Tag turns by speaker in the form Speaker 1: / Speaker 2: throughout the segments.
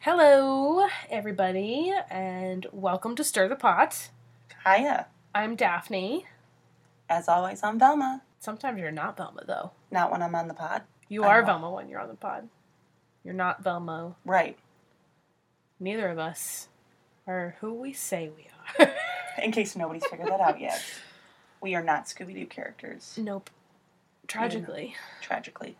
Speaker 1: Hello, everybody, and welcome to Stir the Pot.
Speaker 2: Hiya.
Speaker 1: I'm Daphne.
Speaker 2: As always, I'm Velma.
Speaker 1: Sometimes you're not Velma, though.
Speaker 2: Not when I'm on the pod.
Speaker 1: You
Speaker 2: I'm
Speaker 1: are
Speaker 2: not.
Speaker 1: Velma when you're on the pod. You're not Velmo.
Speaker 2: Right.
Speaker 1: Neither of us are who we say we are.
Speaker 2: In case nobody's figured that out yet, we are not Scooby Doo characters,
Speaker 1: nope. Tragically.
Speaker 2: tragically.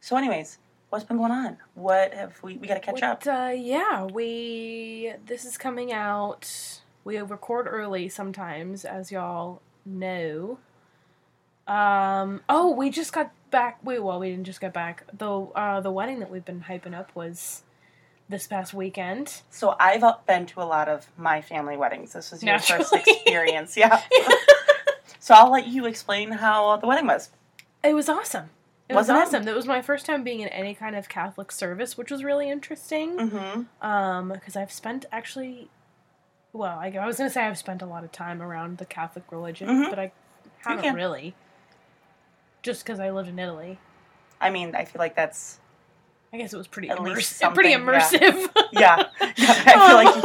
Speaker 2: So, anyways, what's been going on? What have we. We gotta catch up.
Speaker 1: But, uh, yeah, we. This is coming out. We record early sometimes, as y'all know. Um. Oh, we just got back. Wait, well, we didn't just get back. The uh, the wedding that we've been hyping up was this past weekend.
Speaker 2: So, I've uh, been to a lot of my family weddings. This was your first
Speaker 1: Naturally.
Speaker 2: experience. Yeah. so, I'll let you explain how the wedding was.
Speaker 1: It was awesome. It was
Speaker 2: Wasn't it?
Speaker 1: awesome. That was my first time being in any kind of Catholic service, which was really interesting.
Speaker 2: Mm
Speaker 1: Um, because I've spent actually, well, I, I was gonna say I've spent a lot of time around the Catholic religion,
Speaker 2: Mhm.
Speaker 1: but I
Speaker 2: can.
Speaker 1: haven't really. Just because I lived in Italy,
Speaker 2: I mean, I feel like that's.
Speaker 1: I guess it was pretty
Speaker 2: At least
Speaker 1: immersive. Pretty
Speaker 2: something,
Speaker 1: immersive.
Speaker 2: Yeah. yeah I feel like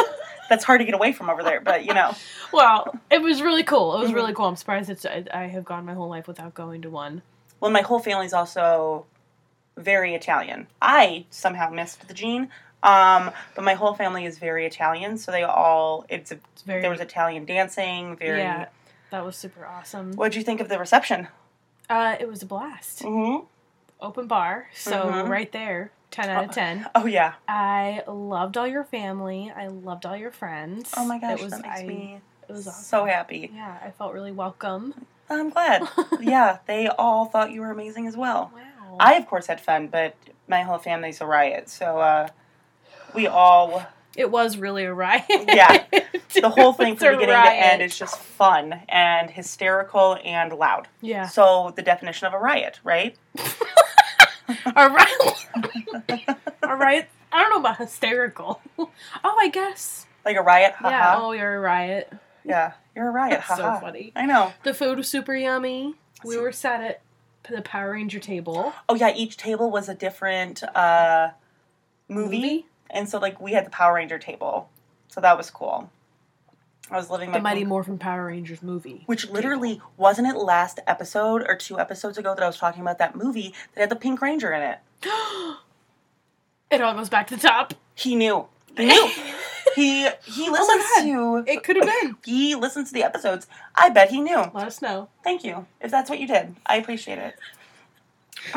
Speaker 2: that's hard to get away from over there, but you know.
Speaker 1: well, it was really cool. It was
Speaker 2: Mhm.
Speaker 1: really cool. I'm surprised it's, I, I have gone my whole life without going to one.
Speaker 2: Well, my whole family's also very Italian. I somehow missed the gene, um, but my whole family is very Italian. So they all it's a,
Speaker 1: It's very
Speaker 2: there was Italian dancing. Very.
Speaker 1: yeah, that was super awesome.
Speaker 2: What'd you think of the reception?
Speaker 1: Uh, it was a blast.
Speaker 2: Mm-hmm.
Speaker 1: Open bar, so
Speaker 2: Mhm.
Speaker 1: right there, ten out of ten.
Speaker 2: Oh yeah.
Speaker 1: I loved all your family. I loved all your friends.
Speaker 2: Oh my gosh,
Speaker 1: it was
Speaker 2: that makes
Speaker 1: I,
Speaker 2: me
Speaker 1: It was awesome.
Speaker 2: so happy.
Speaker 1: Yeah, I felt really welcome.
Speaker 2: I'm glad.
Speaker 1: wow.
Speaker 2: yeah, they all thought you were amazing as well. I of course had fun, but my whole family's a riot. So uh, we all
Speaker 1: it was really a riot.
Speaker 2: Yeah. the whole thing
Speaker 1: It's
Speaker 2: from
Speaker 1: a
Speaker 2: beginning
Speaker 1: riot.
Speaker 2: to end is just fun and hysterical and loud.
Speaker 1: yeah.
Speaker 2: So the definition of a riot, right?
Speaker 1: A riot. a riot. I don't know about hysterical. Oh, I guess.
Speaker 2: Like a riot, haha.
Speaker 1: Yeah.
Speaker 2: Yeah,
Speaker 1: Oh, you're a riot.
Speaker 2: you're a riot,
Speaker 1: That's so
Speaker 2: haha.
Speaker 1: funny.
Speaker 2: I know.
Speaker 1: The food was super yummy. We were sat at the Power Ranger table.
Speaker 2: Oh yeah, each table was a different uh, movie, and so like we had the Power Ranger table, so that was cool. I was living my
Speaker 1: The Mighty Morphin Power Rangers movie.
Speaker 2: which literally wasn't it last episode or two episodes ago that I was talking about that movie that had the Pink Ranger in it.
Speaker 1: it all goes back to the top.
Speaker 2: He knew. He knew. he he listens
Speaker 1: Oh God.
Speaker 2: to
Speaker 1: It could have been.
Speaker 2: he listens to the episodes. I bet he knew.
Speaker 1: Let us know.
Speaker 2: Thank you. If that's what you did, I appreciate it.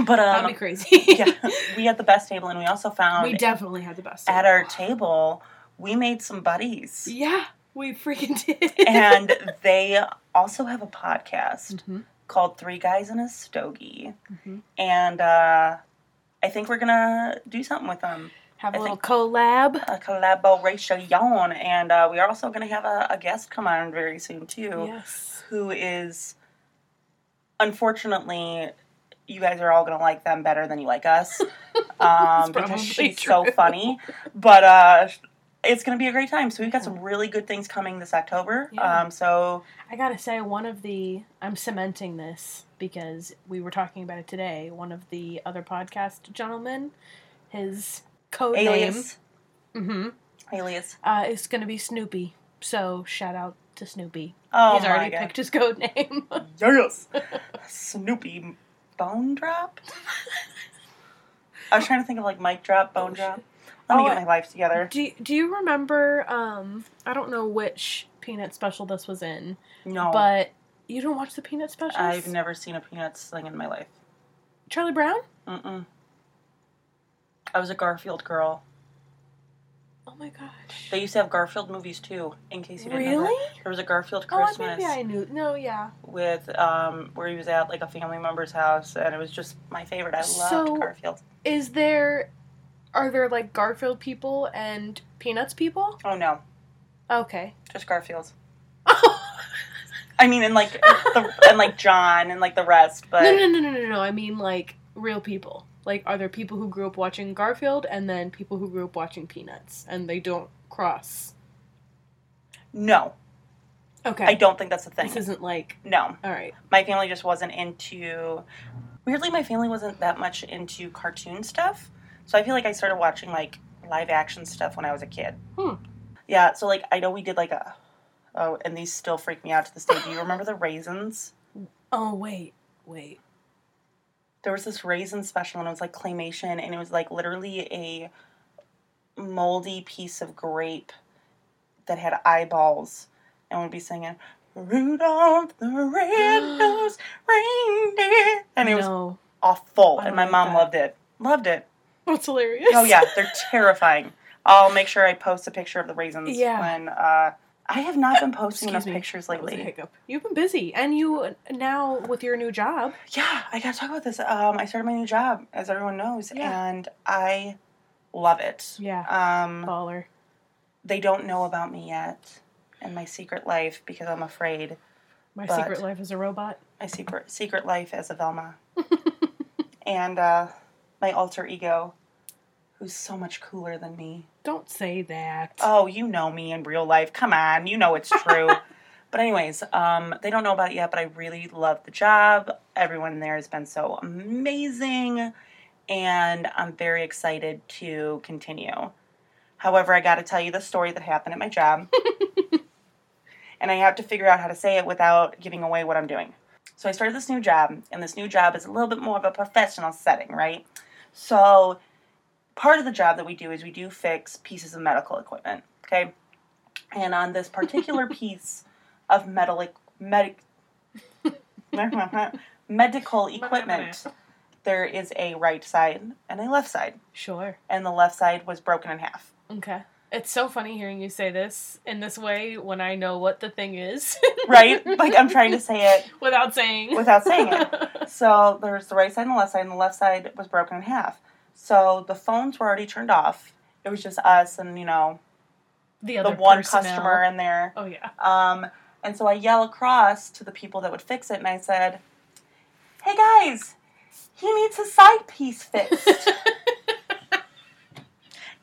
Speaker 2: But um,
Speaker 1: That'd be crazy.
Speaker 2: yeah, we had the best table, and we also found
Speaker 1: we definitely had the best.
Speaker 2: at our table we made some buddies,
Speaker 1: Yeah, we freaking did.
Speaker 2: and they also have a podcast
Speaker 1: Mhm,
Speaker 2: called Three Guys and a Stogie,
Speaker 1: mhm.
Speaker 2: and uh, I think we're gonna do something with them,
Speaker 1: have
Speaker 2: I
Speaker 1: a little collab.
Speaker 2: a collaboration, and uh, we are also gonna have a, a guest come on very soon too.
Speaker 1: Yes.
Speaker 2: who is unfortunately you guys are all gonna like them better than you like us um,
Speaker 1: probably
Speaker 2: because she's
Speaker 1: true.
Speaker 2: so funny but uh, it's gonna be a great time so we've got some really good things coming this october
Speaker 1: Yeah.
Speaker 2: um, so
Speaker 1: I gotta say, one of the I'm cementing this because we were talking about it today. One of the other podcast gentlemen, his code
Speaker 2: alias
Speaker 1: name hmm
Speaker 2: alias
Speaker 1: uh, is gonna be Snoopy. So shout out to Snoopy.
Speaker 2: oh
Speaker 1: He's
Speaker 2: my
Speaker 1: already
Speaker 2: god
Speaker 1: picked his code name.
Speaker 2: yes snoopy bone drop i was trying to think of like mic drop bone
Speaker 1: Oh,
Speaker 2: drop let me
Speaker 1: Oh,
Speaker 2: get
Speaker 1: I-
Speaker 2: my life together
Speaker 1: do Do you remember? Um, I don't know which peanut special this was in,
Speaker 2: no
Speaker 1: but you don't watch the peanut specials.
Speaker 2: i've never seen a peanuts thing in my life
Speaker 1: Charlie Brown.
Speaker 2: Mm-mm. I was a Garfield girl.
Speaker 1: Oh my gosh.
Speaker 2: They used to have Garfield movies too. In case you didn't know
Speaker 1: really?
Speaker 2: that. there was a Garfield
Speaker 1: Oh, I-
Speaker 2: Christmas
Speaker 1: maybe I knew. No, yeah.
Speaker 2: with um, where he was at like a family member's house, and it was just my favorite. I loved
Speaker 1: So-
Speaker 2: Garfield.
Speaker 1: Is there? Are there like Garfield people and Peanuts people?
Speaker 2: Oh no,
Speaker 1: Okay.
Speaker 2: just Garfield.
Speaker 1: Oh
Speaker 2: I mean, and like the, and like John and like the rest, but
Speaker 1: no, no, no, no, no, no. I mean like real people. Like, are there people who grew up watching Garfield and then people who grew up watching Peanuts and they don't cross?
Speaker 2: no,
Speaker 1: Okay.
Speaker 2: I don't think that's a
Speaker 1: This
Speaker 2: thing.
Speaker 1: isn't like
Speaker 2: No,
Speaker 1: all right.
Speaker 2: my family just wasn't into. Weirdly, my family wasn't that much into cartoon stuff, so I feel like I started watching like live action stuff when I was a kid.
Speaker 1: Hmm.
Speaker 2: Yeah, so like I know we did like a oh, and these still freak me out to this day. Do you remember the raisins?
Speaker 1: Oh wait, wait.
Speaker 2: There was this raisin special and it was like claymation and it was like literally a moldy piece of grape that had eyeballs and would be singing Rudolph the Red-Nosed Reindeer and it was
Speaker 1: no,
Speaker 2: awful
Speaker 1: I
Speaker 2: and my
Speaker 1: like
Speaker 2: mom
Speaker 1: that.
Speaker 2: loved it. Loved it.
Speaker 1: that's hilarious.
Speaker 2: Oh yeah, they're terrifying. I'll make sure I post a picture of the raisins
Speaker 1: Yeah.
Speaker 2: when uh, I have not been posting enough
Speaker 1: Excuse me.
Speaker 2: pictures
Speaker 1: That was a
Speaker 2: lately.
Speaker 1: hiccup. You've been busy, and you now with your new job.
Speaker 2: Yeah, I gotta talk about this. Um, I started my new job, as everyone knows,
Speaker 1: Yeah.
Speaker 2: and I love it.
Speaker 1: Yeah,
Speaker 2: Um,
Speaker 1: baller.
Speaker 2: they don't know about me yet and my secret life because I'm afraid.
Speaker 1: My
Speaker 2: But-
Speaker 1: secret life as a robot.
Speaker 2: My secret secret life as a Velma, and uh, my alter ego, who's so much cooler than me.
Speaker 1: Don't say that.
Speaker 2: Oh, you know me in real life. Come on, you know it's true. but anyways, um, they don't know about it yet, but I really love the job. Everyone there has been so amazing, and I'm very excited to continue. However, I got to tell you the story that happened at my job, and I have to figure out how to say it without giving away what I'm doing. So I started this new job, and this new job is a little bit more of a professional setting, right? So part of the job that we do is we do fix pieces of medical equipment. Okay, and on this particular piece of metal medic medical equipment, there is a right side and a left side,
Speaker 1: Sure.
Speaker 2: and the left side was broken in half.
Speaker 1: Okay. It's so funny hearing you say this in this way when I know what the thing is
Speaker 2: Right? like I'm trying to say it
Speaker 1: without saying.
Speaker 2: without saying it. So there's the right side and the left side, and the left side was broken in half. So the phones were already turned off. It was just us and you know
Speaker 1: the
Speaker 2: the
Speaker 1: other
Speaker 2: one
Speaker 1: personnel.
Speaker 2: customer in there.
Speaker 1: Oh yeah.
Speaker 2: Um, and so I yell across to the people that would fix it, and I said, "Hey guys, he needs his side piece fixed."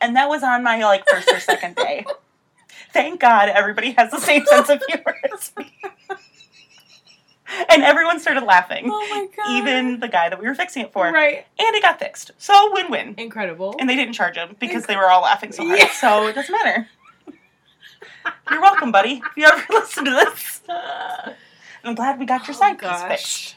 Speaker 2: and that was on my like first or second day. Thank God everybody has the same sense of humor as me. and everyone started
Speaker 1: Oh
Speaker 2: laughing,
Speaker 1: my god.
Speaker 2: even the guy that we were fixing it for,
Speaker 1: right.
Speaker 2: and it got fixed. So win-win.
Speaker 1: Incredible.
Speaker 2: And they didn't charge him because they were all laughing so hard.
Speaker 1: Yeah.
Speaker 2: So it doesn't matter. You're welcome, buddy. If you ever listen to this,
Speaker 1: Uh,
Speaker 2: I'm glad we got your
Speaker 1: oh
Speaker 2: side piece
Speaker 1: gosh.
Speaker 2: fixed.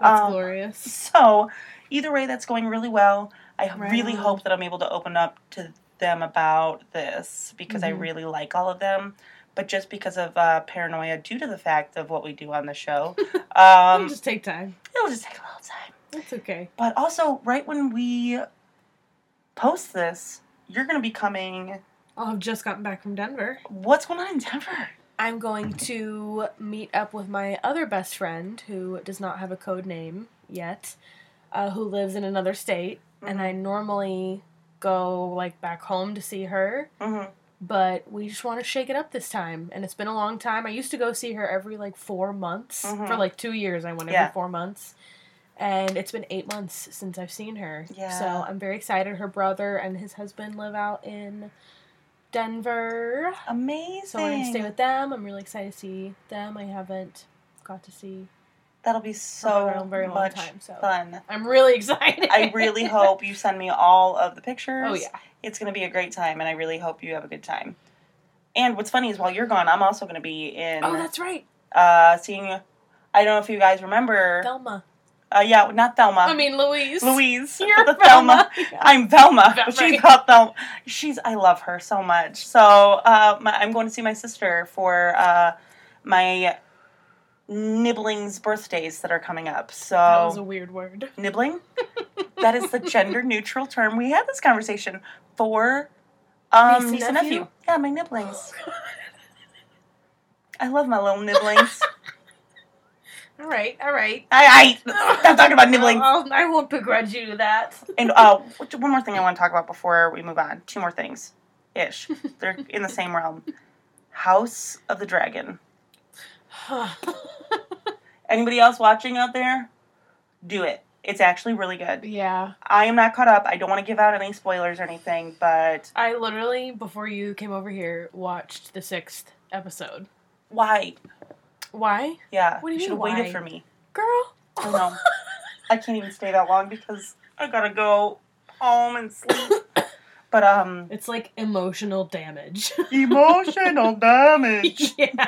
Speaker 1: That's
Speaker 2: Um,
Speaker 1: glorious.
Speaker 2: So either way, that's going really well. I
Speaker 1: Right
Speaker 2: really
Speaker 1: on.
Speaker 2: hope that I'm able to open up to them about this because
Speaker 1: Mhm.
Speaker 2: I really like all of them. But just because of uh, paranoia due to the fact of what we do on the show,
Speaker 1: It'll
Speaker 2: um,
Speaker 1: just take time.
Speaker 2: it'll just take a little time.
Speaker 1: That's okay.
Speaker 2: But also, right when we post this, you're going to be coming.
Speaker 1: I've just gotten back from Denver.
Speaker 2: What's going on in Denver?
Speaker 1: I'm going to meet up with my other best friend who does not have a code name yet, uh, who lives in another state. And I normally go like back home to see her,
Speaker 2: Mhm.
Speaker 1: but we just want to shake it up this time. And it's been a long time. I used to go see her every like four months
Speaker 2: Mhm.
Speaker 1: for like two years. I went every
Speaker 2: Yeah.
Speaker 1: four months. And it's been eight months since I've seen her. So
Speaker 2: Yeah.
Speaker 1: I'm very excited. Her brother and his husband live out in Denver.
Speaker 2: Amazing.
Speaker 1: So I'm going to stay with them. I'm really excited to see them. I haven't got to see
Speaker 2: That'll be
Speaker 1: so
Speaker 2: so
Speaker 1: in a very long
Speaker 2: much
Speaker 1: time. So
Speaker 2: fun.
Speaker 1: I'm really excited.
Speaker 2: I really hope you send me all of the pictures.
Speaker 1: Oh yeah.
Speaker 2: It's going to be a great time, and I really hope you have a good time. And what's funny is while you're gone, I'm also going to be in
Speaker 1: Oh, that's right,
Speaker 2: uh, seeing. I don't know if you guys remember.
Speaker 1: Thelma.
Speaker 2: uh, yeah, not Thelma.
Speaker 1: I mean Louise.
Speaker 2: Louise.
Speaker 1: You're
Speaker 2: the
Speaker 1: Thelma. Yeah.
Speaker 2: I'm Velma,
Speaker 1: Vel-
Speaker 2: but she's
Speaker 1: right.
Speaker 2: not Velma. She's I love her so much. So uh, my, I'm going to see my sister for uh, my nibbling's birthdays that are coming up.
Speaker 1: That was a
Speaker 2: So
Speaker 1: weird word.
Speaker 2: nibbling. that is the gender neutral term. We had this conversation for
Speaker 1: Niece
Speaker 2: um,
Speaker 1: and
Speaker 2: niece, and
Speaker 1: nephew?
Speaker 2: nephew. Yeah, my nibblings. I love my little nibblings.
Speaker 1: All right, all right.
Speaker 2: I, I stop talking about nibblings.
Speaker 1: I'll, I will not begrudge you that.
Speaker 2: And uh, what- one more thing I want to talk about before we move on. Two more things, ish. They're in the same realm. House of the Dragon. Anybody else watching out there? Do it. It's actually really good.
Speaker 1: yeah,
Speaker 2: I am not caught up. I don't want to give out any spoilers or anything, but
Speaker 1: I literally before you came over here watched the sixth episode.
Speaker 2: why?
Speaker 1: Why,
Speaker 2: Yeah.
Speaker 1: What do you
Speaker 2: should have
Speaker 1: mean,
Speaker 2: waited
Speaker 1: why?
Speaker 2: for me.
Speaker 1: girl?
Speaker 2: I know. I can't even stay that long because I gotta go home and sleep. But um,
Speaker 1: It's like emotional damage.
Speaker 2: emotional damage.
Speaker 1: yeah.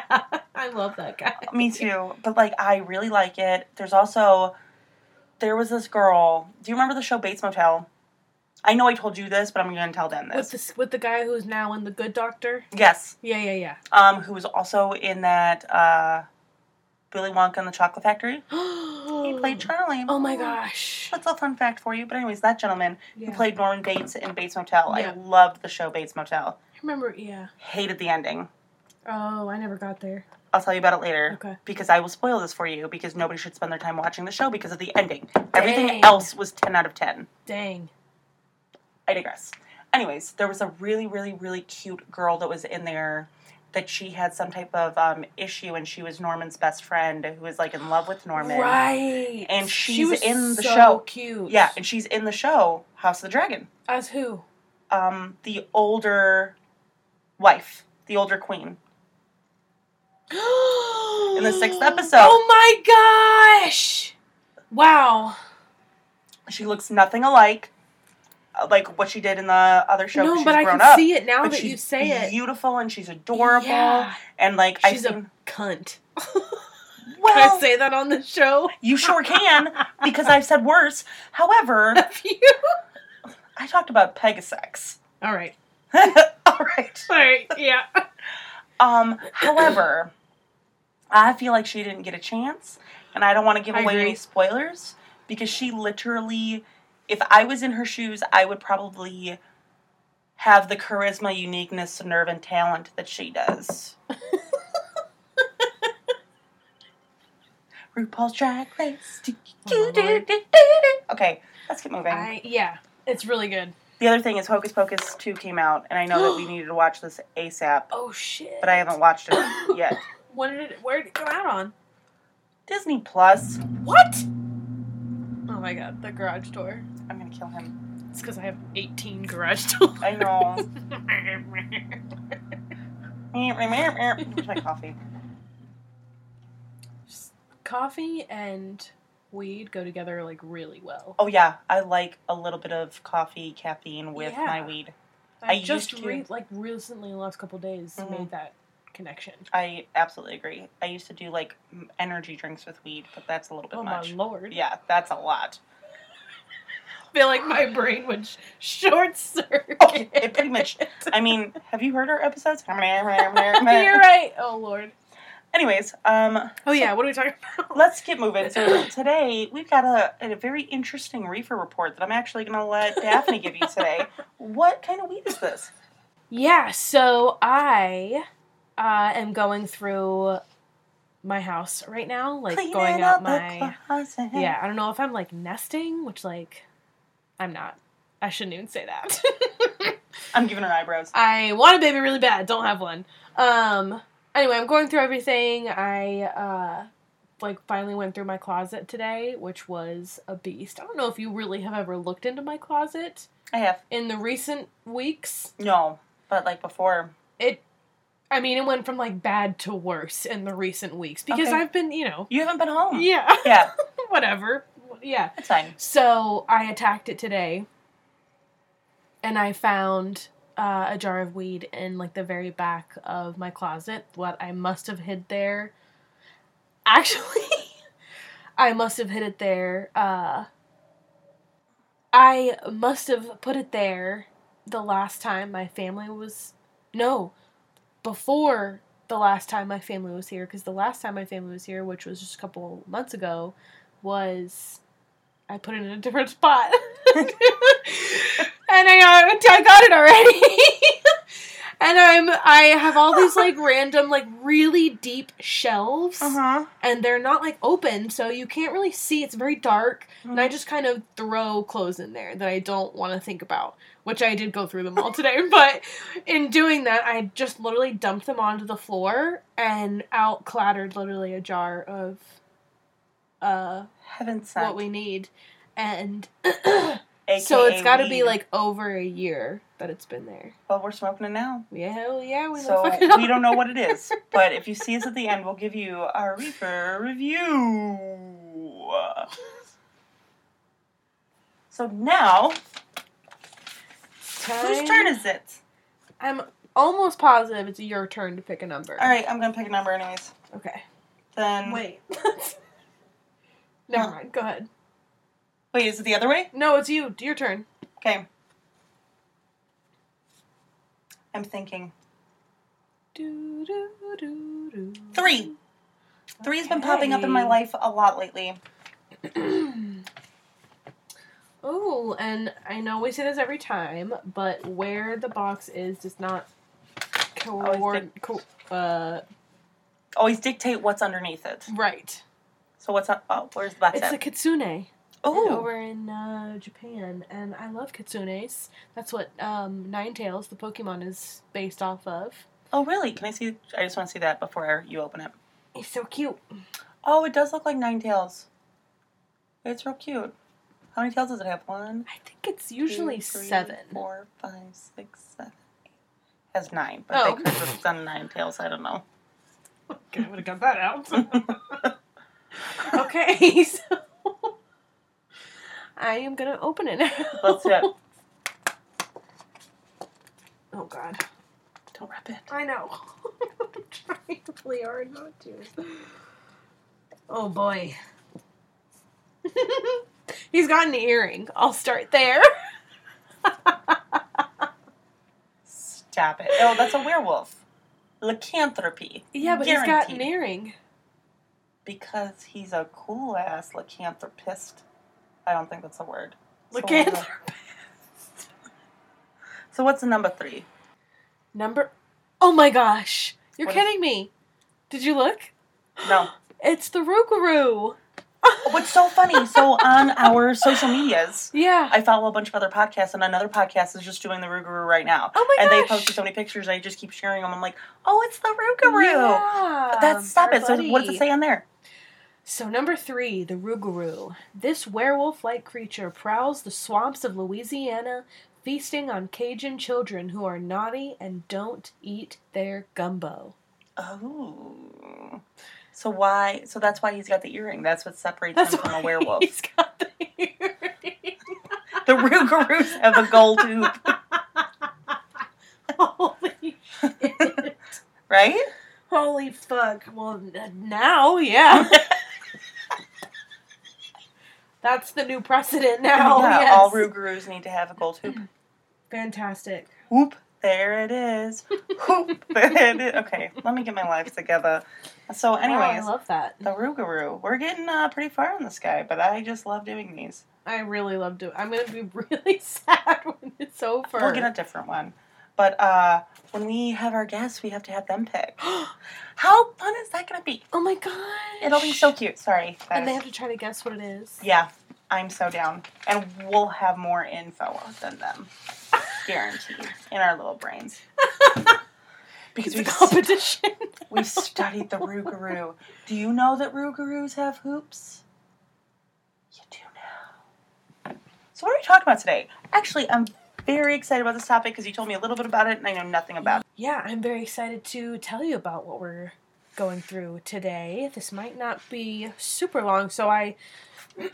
Speaker 1: I love that guy.
Speaker 2: Me too. But like, I really like it. There's also, there was this girl. Do you remember the show Bates Motel? I know I told you this, but I'm gonna tell them
Speaker 1: With
Speaker 2: this.
Speaker 1: the, with the guy who's now in The Good Doctor.
Speaker 2: Yes.
Speaker 1: Yeah, yeah,
Speaker 2: Um, who was also in that uh, Willy Wonka and the Chocolate Factory.
Speaker 1: yeah.
Speaker 2: He played Charlie.
Speaker 1: Oh my gosh.
Speaker 2: That's a fun fact for you. But anyways, that gentleman
Speaker 1: Yeah.
Speaker 2: who played Norman Bates in Bates Motel.
Speaker 1: Yeah.
Speaker 2: I loved the show Bates Motel.
Speaker 1: I remember, yeah.
Speaker 2: Hated the ending.
Speaker 1: Oh, I never got there.
Speaker 2: I'll tell you about it later.
Speaker 1: Okay.
Speaker 2: Because I will spoil this for you because nobody should spend their time watching the show because of the ending. Everything
Speaker 1: Dang.
Speaker 2: else was 10 out of 10.
Speaker 1: Dang.
Speaker 2: I digress. Anyways, there was a really, really, really cute girl that was in there that she had some type of um, issue and she was Norman's best friend who was like in love with Norman.
Speaker 1: Right.
Speaker 2: And
Speaker 1: She
Speaker 2: she's
Speaker 1: was
Speaker 2: in the
Speaker 1: so
Speaker 2: show.
Speaker 1: cute.
Speaker 2: Yeah, and she's in the show House of the Dragon.
Speaker 1: As who?
Speaker 2: Um, the older wife, the older queen.
Speaker 1: in
Speaker 2: the sixth episode.
Speaker 1: Oh my gosh. Wow.
Speaker 2: She looks nothing alike, uh, like what she did in the other show. 'cause
Speaker 1: no,
Speaker 2: she's
Speaker 1: but I
Speaker 2: grown
Speaker 1: can
Speaker 2: up.
Speaker 1: see it now
Speaker 2: But
Speaker 1: that
Speaker 2: she's
Speaker 1: you say it.
Speaker 2: beautiful and she's adorable
Speaker 1: Yeah.
Speaker 2: and like
Speaker 1: She's
Speaker 2: I
Speaker 1: a
Speaker 2: think,
Speaker 1: Cunt.
Speaker 2: well
Speaker 1: can I say that on the show?
Speaker 2: you sure can because I've said worse. However, I talked about Pegasex.
Speaker 1: All right.
Speaker 2: All right.
Speaker 1: All right. Yeah.
Speaker 2: Um, however, I feel like she didn't get a chance, and I don't want to give
Speaker 1: I
Speaker 2: away
Speaker 1: agree.
Speaker 2: any spoilers because she literally, if I was in her shoes, I would probably have the charisma, uniqueness, nerve, and talent that she does. RuPaul's Drag Race. Do, do, do, do, do, do. Okay, let's get moving.
Speaker 1: I, yeah. It's really good.
Speaker 2: The other thing is Hocus Pocus 2 came out, and I know that we needed to watch this ASAP,
Speaker 1: Oh shit.
Speaker 2: but I haven't watched it yet.
Speaker 1: When did it? Where did it come out on?
Speaker 2: Disney Plus.
Speaker 1: What? Oh my god. The garage door.
Speaker 2: I'm gonna kill him.
Speaker 1: It's because I have 18 garage doors.
Speaker 2: I know. Where's my coffee?
Speaker 1: Coffee and weed go together like really well.
Speaker 2: Oh yeah, I like a little bit of coffee caffeine with
Speaker 1: Yeah.
Speaker 2: my weed.
Speaker 1: I,
Speaker 2: I
Speaker 1: just
Speaker 2: used to-
Speaker 1: re- like recently in the last couple days
Speaker 2: Mhm.
Speaker 1: made that connection.
Speaker 2: I absolutely agree. I used to do like m- energy drinks with weed, but that's a little bit
Speaker 1: Oh
Speaker 2: much.
Speaker 1: my lord!
Speaker 2: Yeah, that's a lot.
Speaker 1: I feel like my brain would sh- short circuit.
Speaker 2: Oh, it, it pretty much. I mean, have you heard our episodes?
Speaker 1: You're right. Oh lord.
Speaker 2: Anyways, um,
Speaker 1: Oh yeah. What are we talking about?
Speaker 2: let's get moving. So today we've got a, a very interesting reefer report that I'm actually gonna let Daphne give you today. What kind of weed is this?
Speaker 1: Yeah, so I uh, am going through my house right now, like
Speaker 2: Cleaning
Speaker 1: going out
Speaker 2: up
Speaker 1: my
Speaker 2: the closet.
Speaker 1: yeah. I don't know if I'm like nesting, which like I'm not. I shouldn't even say that.
Speaker 2: I'm giving her eyebrows.
Speaker 1: I want a baby really bad. Don't have one. Um. Anyway, I'm going through everything. I uh, like finally went through my closet today, which was a beast. I don't know if you really have ever looked into my closet
Speaker 2: I have
Speaker 1: in the recent weeks.
Speaker 2: no, but like before.
Speaker 1: it i mean it went from like bad to worse in the recent weeks because
Speaker 2: Okay.
Speaker 1: i've been you know
Speaker 2: You haven't been home.
Speaker 1: yeah
Speaker 2: Yeah,
Speaker 1: whatever yeah
Speaker 2: it's fine.
Speaker 1: so i attacked it today and i found uh, a jar of weed in like the very back of my closet what i must have hid there actually i must have hid it there uh i must have put it there the last time my family was no before the last time my family was here because the last time my family was here which was just a couple months ago was i put it in a different spot and i uh, i got it already and i'm i have all these like random like really deep shelves
Speaker 2: huh.
Speaker 1: and they're not like open so you can't really see it's very dark and I just kind of throw clothes in there that I don't want to think about, which I did go through them all today. But in doing that, I just literally dumped them onto the floor and out clattered literally a jar of uh,
Speaker 2: Heaven sent.
Speaker 1: what we need. And
Speaker 2: AKA
Speaker 1: so it's got to be
Speaker 2: weed.
Speaker 1: like over a year that it's been there.
Speaker 2: Well, we're smoking it now,
Speaker 1: Yeah, hell yeah, we
Speaker 2: so
Speaker 1: motherfucking
Speaker 2: we
Speaker 1: are.
Speaker 2: don't know what it is. But if you see us at the end, we'll give you our reefer review. So now,
Speaker 1: time.
Speaker 2: Whose turn is it?
Speaker 1: I'm almost positive it's your turn to pick a number.
Speaker 2: All right, I'm gonna pick a number anyways.
Speaker 1: Okay.
Speaker 2: Then wait,
Speaker 3: Wait.
Speaker 1: Never
Speaker 2: Huh.
Speaker 1: mind. Go ahead.
Speaker 2: wait, is it the other way?
Speaker 1: No, it's you. Your turn.
Speaker 2: Okay. I'm thinking
Speaker 1: Do, do, do, do.
Speaker 2: three. Three's been popping up in my
Speaker 1: Okay.
Speaker 2: life a lot lately.
Speaker 1: Oh, and I know we say this every time, but where the box is does not coord- co- uh,
Speaker 2: Always dictate what's underneath it.
Speaker 1: right.
Speaker 2: So what's up? Oh, where's the box?
Speaker 1: it's a kitsune
Speaker 2: oh,
Speaker 1: over in uh, Japan, and I love kitsunes. That's what um, Ninetales, the Pokemon, is based off of.
Speaker 2: oh, really? Can I see? I just want to see that before you open it.
Speaker 1: It's so cute.
Speaker 2: Oh, it does look like nine tails. It's real cute. How many tails does it have? One.
Speaker 1: I think it's usually
Speaker 2: two, three,
Speaker 1: seven.
Speaker 2: Four, five, six, seven, eight. Has nine, but
Speaker 1: Oh.
Speaker 2: they could have done nine tails. I don't know.
Speaker 1: Okay, I would have got that out. okay, so I am gonna open it now.
Speaker 2: Let's do it.
Speaker 1: Oh God.
Speaker 2: Don't rip it.
Speaker 1: I know. I'm trying really hard not to. Oh boy. He's got an earring. I'll start there.
Speaker 2: Stop it. Oh, that's a werewolf. Lycanthropy.
Speaker 1: Yeah, but he's got an
Speaker 2: Guaranteed.
Speaker 1: earring.
Speaker 2: Because he's a cool ass lycanthropist. I don't think that's a word. So what's
Speaker 1: Lycanthropy.
Speaker 2: the- So what's the number three?
Speaker 1: Number. Oh my gosh! You're
Speaker 2: What is-
Speaker 1: kidding me. Did you look?
Speaker 2: No.
Speaker 1: It's the Rougarou.
Speaker 2: What's so funny? So on our social medias,
Speaker 1: Yeah.
Speaker 2: I follow a bunch of other podcasts, and another podcast is just doing the Rougarou right now.
Speaker 1: oh my
Speaker 2: and
Speaker 1: gosh.
Speaker 2: they posted so many pictures, and I just keep sharing them. I'm like, oh, it's the Rougarou.
Speaker 1: Yeah,
Speaker 2: But that's stop
Speaker 1: our
Speaker 2: it. So what does
Speaker 1: buddy.
Speaker 2: it say on there?
Speaker 1: So, number three, the Rougarou. This werewolf like creature prowls the swamps of Louisiana, feasting on Cajun children who are naughty and don't eat their gumbo.
Speaker 2: Oh. So why? So that's why he's got the earring. That's what separates
Speaker 1: That's
Speaker 2: him from
Speaker 1: why
Speaker 2: a werewolf.
Speaker 1: He's got the earring.
Speaker 2: The Rougarous have a gold hoop,
Speaker 1: Holy shit.
Speaker 2: right?
Speaker 1: Holy fuck. Well, n- now, yeah. That's the new precedent now.
Speaker 2: yeah,
Speaker 1: Oh, yes.
Speaker 2: all Rougarous need to have a gold hoop.
Speaker 1: Fantastic.
Speaker 2: Whoop! There it is. Whoop! There it is. Okay, let me get my life together. So,
Speaker 1: Wow, I
Speaker 2: anyways,
Speaker 1: love that.
Speaker 2: the Rougarou. We're getting uh, pretty far in this guy, but I just love doing these.
Speaker 1: I really loved it. I'm gonna be really sad when it's over.
Speaker 2: We'll get a different one. But uh, when we have our guests, we have to have them pick. How fun is that going to be?
Speaker 1: oh my god!
Speaker 2: It'll be so cute. Sorry.
Speaker 1: And they
Speaker 2: guys.
Speaker 1: have to try to guess what it is.
Speaker 2: yeah, I'm so down. And we'll have more info than them. Guaranteed. In our little brains. because
Speaker 1: It's a
Speaker 2: we've,
Speaker 1: competition.
Speaker 2: we've studied the Rougarou. Do you know that Rougarous have hoops? You do now. So, what are we talking about today? Actually, I'm very excited about this topic because you told me a little bit about it and I know nothing about it.
Speaker 1: yeah, I'm very excited to tell you about what we're going through today. This might not be super long, so I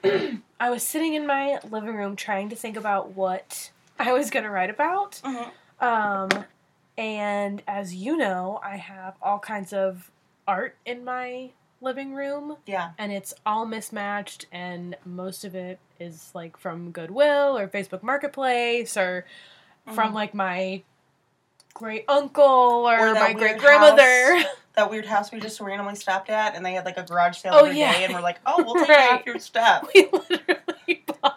Speaker 1: I was sitting in my living room trying to think about what I was gonna write about.
Speaker 2: Mhm.
Speaker 1: Um, and as you know, I have all kinds of art in my living room,
Speaker 2: Yeah.
Speaker 1: and it's all mismatched, and most of it is like from Goodwill or Facebook Marketplace or from like my great uncle or,
Speaker 2: Mm-hmm. Or that
Speaker 1: my
Speaker 2: weird
Speaker 1: great grandmother.
Speaker 2: That weird house we just randomly stopped at, and they had like a garage sale
Speaker 1: Oh,
Speaker 2: every day,
Speaker 1: yeah.
Speaker 2: and we're like, "Oh, we'll take
Speaker 1: Right.
Speaker 2: half your stuff."
Speaker 1: we literally bought.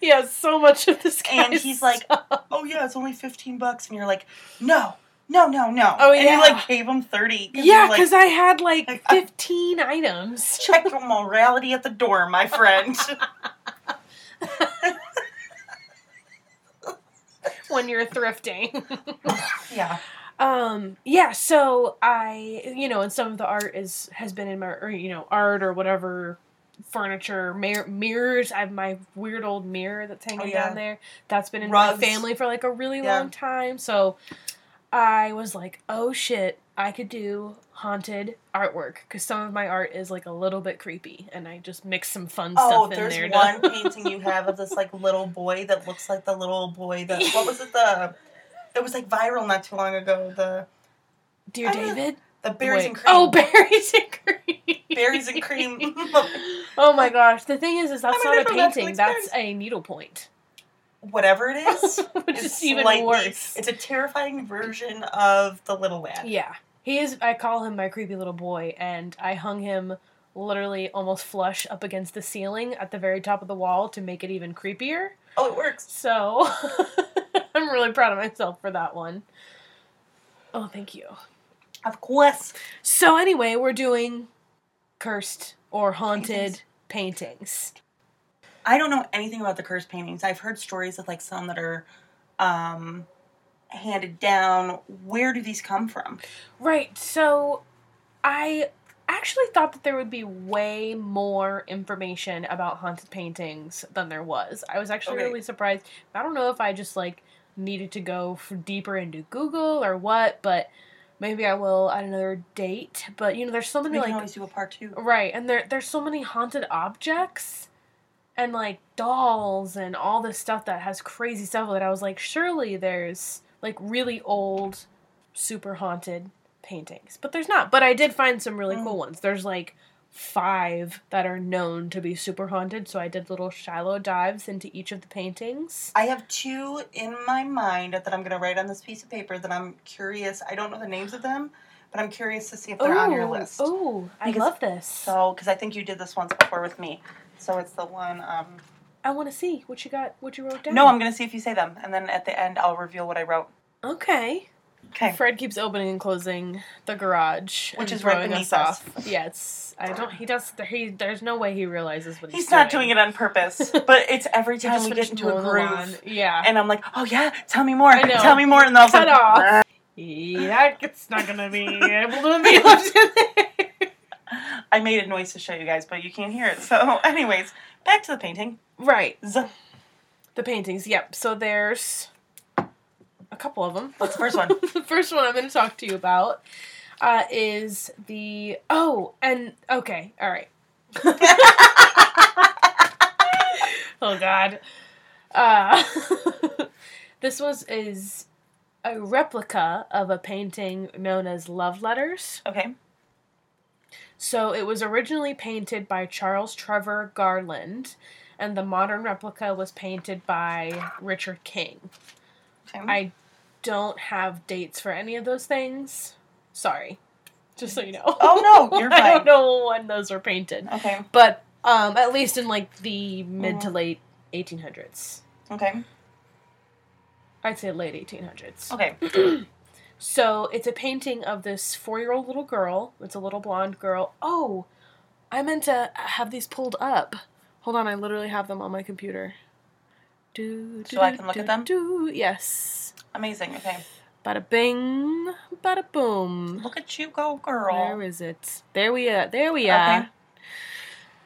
Speaker 1: He has so much of this.
Speaker 2: And
Speaker 1: guy's
Speaker 2: he's like,
Speaker 1: stuff.
Speaker 2: Oh yeah, it's only fifteen bucks, and you're like, "No, no, no, no."
Speaker 1: Oh,
Speaker 2: and
Speaker 1: yeah.
Speaker 2: you like gave him thirty.
Speaker 1: yeah,
Speaker 2: you're like,
Speaker 1: because I had like
Speaker 2: Like, I-
Speaker 1: fifteen items.
Speaker 2: check your morality at the door, my friend.
Speaker 1: when you're thrifting.
Speaker 2: yeah,
Speaker 1: um, yeah, so I, you know, and some of the art is has been in my, or, you know, art or whatever, furniture, mir- mirrors. I have my weird old mirror that's hanging
Speaker 2: Oh, yeah.
Speaker 1: down there. That's been in
Speaker 2: Rugs.
Speaker 1: my family for like a really
Speaker 2: Yeah.
Speaker 1: long time. So I was like, oh shit, I could do haunted artwork because some of my art is like a little bit creepy, and I just mix some fun
Speaker 2: Oh,
Speaker 1: stuff in
Speaker 2: there's
Speaker 1: there. to-
Speaker 2: one painting you have of this like little boy that looks like the little boy that what was it the it was like viral not too long ago the
Speaker 1: Dear
Speaker 2: I don't-
Speaker 1: David.
Speaker 2: the berries
Speaker 1: Wait.
Speaker 2: and cream
Speaker 1: Oh, berries and cream.
Speaker 2: berries and cream
Speaker 1: Oh my gosh. The thing is, is that's
Speaker 2: I
Speaker 1: not a
Speaker 2: remember that's an
Speaker 1: painting. That's a needlepoint,
Speaker 2: whatever it is
Speaker 1: which
Speaker 2: is
Speaker 1: is even
Speaker 2: slightly-
Speaker 1: worse.
Speaker 2: It's a terrifying version of the little lad.
Speaker 1: Yeah. He is I call him my creepy little boy and I hung him literally almost flush up against the ceiling at the very top of the wall to make it even creepier.
Speaker 2: Oh, it works.
Speaker 1: So I'm really proud of myself for that one. Oh, thank you.
Speaker 2: Of course.
Speaker 1: So anyway, we're doing cursed or haunted paintings.
Speaker 2: I don't know anything about the cursed paintings. I've heard stories of like some that are um handed down. Where do these come from?
Speaker 1: Right. So I actually thought that there would be way more information about haunted paintings than there was. I was actually
Speaker 2: Okay.
Speaker 1: really surprised. I don't know if I just like needed to go f deeper into Google or what, but maybe I will at another date. But you know, there's so many
Speaker 2: We can
Speaker 1: like
Speaker 2: always do a part two.
Speaker 1: right, and there there's so many haunted objects and like dolls and all this stuff that has crazy stuff that I was like, surely there's like really old, super haunted paintings, but there's not. But I did find some really
Speaker 2: Mm.
Speaker 1: cool ones. There's like five that are known to be super haunted, so I did little shallow dives into each of the paintings.
Speaker 2: I have two in my mind that I'm going to write on this piece of paper that I'm curious. I don't know the names of them, but I'm curious to see if they're on your list.
Speaker 1: Oh, I
Speaker 2: Because-
Speaker 1: love this.
Speaker 2: So, because I think you did this once before with me. So it's the one. Um,
Speaker 1: I want to see what you got, what you wrote down.
Speaker 2: no, I'm going to see if you say them. And then at the end, I'll reveal what I wrote.
Speaker 1: okay.
Speaker 2: Okay.
Speaker 1: Fred keeps opening and closing the garage, and
Speaker 2: Which is right
Speaker 1: throwing
Speaker 2: beneath us.
Speaker 1: off. Yeah, it's. I don't. He does. He. There's no way he realizes what he's.
Speaker 2: He's not doing it on purpose, but it's every
Speaker 1: He
Speaker 2: time
Speaker 1: just
Speaker 2: we get
Speaker 1: finished
Speaker 2: into a
Speaker 1: mowing the lawn.
Speaker 2: groove.
Speaker 1: Yeah.
Speaker 2: And I'm like, oh yeah, tell me more,
Speaker 1: I know.
Speaker 2: tell me more, and then I was
Speaker 1: Cut
Speaker 2: like,
Speaker 1: off.
Speaker 2: "Nah."
Speaker 1: yeah, it's not gonna be able to be left in there.
Speaker 2: I made a noise to show you guys, but you can't hear it. So, anyways, back to the painting.
Speaker 1: Right.
Speaker 2: Z-
Speaker 1: The paintings. Yep. So there's a couple of them.
Speaker 2: What's the first one?
Speaker 1: the first one I'm going to talk to you about uh, is the oh and okay all right oh god uh, this was is a replica of a painting known as love letters
Speaker 2: Okay.
Speaker 1: so it was originally painted by charles trevor garland and the modern replica was painted by richard king
Speaker 2: okay.
Speaker 1: I don't have dates for any of those things. Sorry. Just so you know.
Speaker 2: Oh, no, you're
Speaker 1: I
Speaker 2: fine.
Speaker 1: don't know when those were painted.
Speaker 2: okay.
Speaker 1: But um at least in like the mid
Speaker 2: Mm.
Speaker 1: to late 1800s.
Speaker 2: Okay.
Speaker 1: I'd say late 1800s.
Speaker 2: Okay.
Speaker 1: So, it's a painting of this 4-year-old little girl. It's a little blonde girl. Oh, I meant to have these pulled up. Hold on, I literally have them on my computer. Do,
Speaker 2: So I can look at them?
Speaker 1: Do, yes.
Speaker 2: Amazing. Okay.
Speaker 1: Bada bing, bada boom.
Speaker 2: Look at you go,
Speaker 1: Where
Speaker 2: girl.
Speaker 1: is it? There we are. There we are.
Speaker 2: Okay.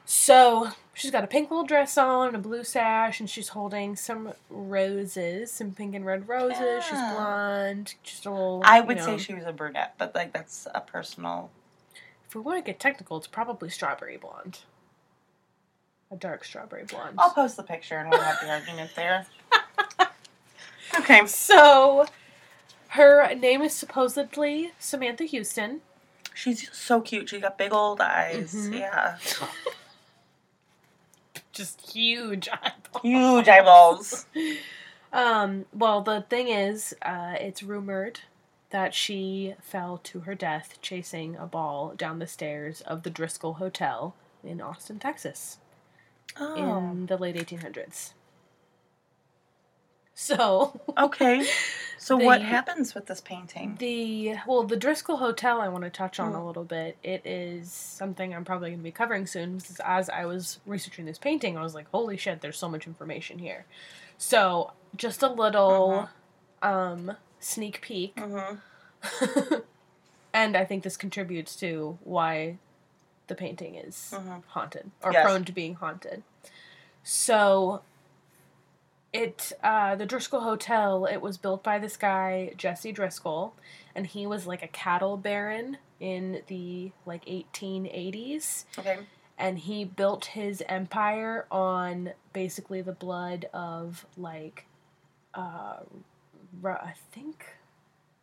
Speaker 1: So she's got a pink little dress on and a blue sash, and she's holding some roses, some pink and red roses. She's
Speaker 2: Yeah.
Speaker 1: blonde. Just a little.
Speaker 2: I
Speaker 1: you
Speaker 2: would
Speaker 1: know,
Speaker 2: say she was a brunette, but like that's a personal.
Speaker 1: If we want to get technical, it's probably strawberry blonde. A dark strawberry blonde.
Speaker 2: I'll post the picture and we'll have the argument there. Okay.
Speaker 1: So her name is supposedly Samantha Houston.
Speaker 2: She's so cute. She's got big old eyes.
Speaker 1: Mhm.
Speaker 2: Yeah.
Speaker 1: Just huge eyeball.
Speaker 2: Huge eyeballs.
Speaker 1: Um, well, the thing is, uh, it's rumored that she fell to her death chasing a ball down the stairs of the Driscoll Hotel in Austin, Texas,
Speaker 2: Oh.
Speaker 1: in the late 1800s. So,
Speaker 2: Oh. Okay. So
Speaker 1: The-
Speaker 2: what happens with this painting?
Speaker 1: the well, the Driscoll Hotel I want to touch on a little bit. It is something I'm probably going to be covering soon because as I was researching this painting, I was like, "Holy shit, there's so much information here." So, just a little um sneak peek.
Speaker 2: Mm-hmm.
Speaker 1: and I think this contributes to why the painting is
Speaker 2: Mhm.
Speaker 1: haunted or
Speaker 2: Yes.
Speaker 1: prone to being haunted. So it uh, the Driscoll Hotel. It was built by this guy Jesse Driscoll, and he was like a cattle baron in the like 1880s,
Speaker 2: Okay.
Speaker 1: and he built his empire on basically the blood of like, uh, Ru- I think.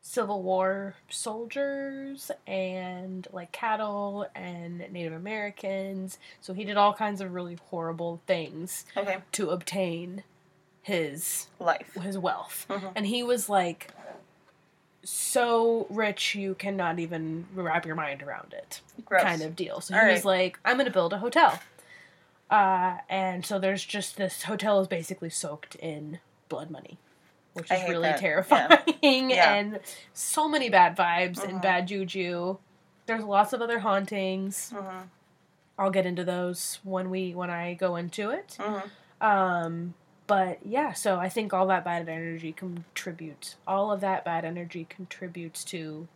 Speaker 1: Civil War soldiers and like cattle and Native Americans. So he did all kinds of really horrible things
Speaker 2: Okay.
Speaker 1: to obtain his
Speaker 2: Life.
Speaker 1: his wealth.
Speaker 2: Mhm.
Speaker 1: And he was like so rich you cannot even wrap your mind around it
Speaker 2: Gross.
Speaker 1: kind of deal. So
Speaker 2: All
Speaker 1: he was like, I'm gonna build a hotel. Uh, and so there's just this hotel is basically soaked in blood money. Which
Speaker 2: I
Speaker 1: is
Speaker 2: hate
Speaker 1: really
Speaker 2: that. Yeah.
Speaker 1: terrifying
Speaker 2: Yeah.
Speaker 1: and so many bad vibes
Speaker 2: Mhm.
Speaker 1: and bad juju. There's lots of other hauntings.
Speaker 2: Mhm.
Speaker 1: I'll get into those when we when I go into it.
Speaker 2: Mhm.
Speaker 1: Um, but yeah, so I think all that bad energy contributes. All of that bad energy contributes to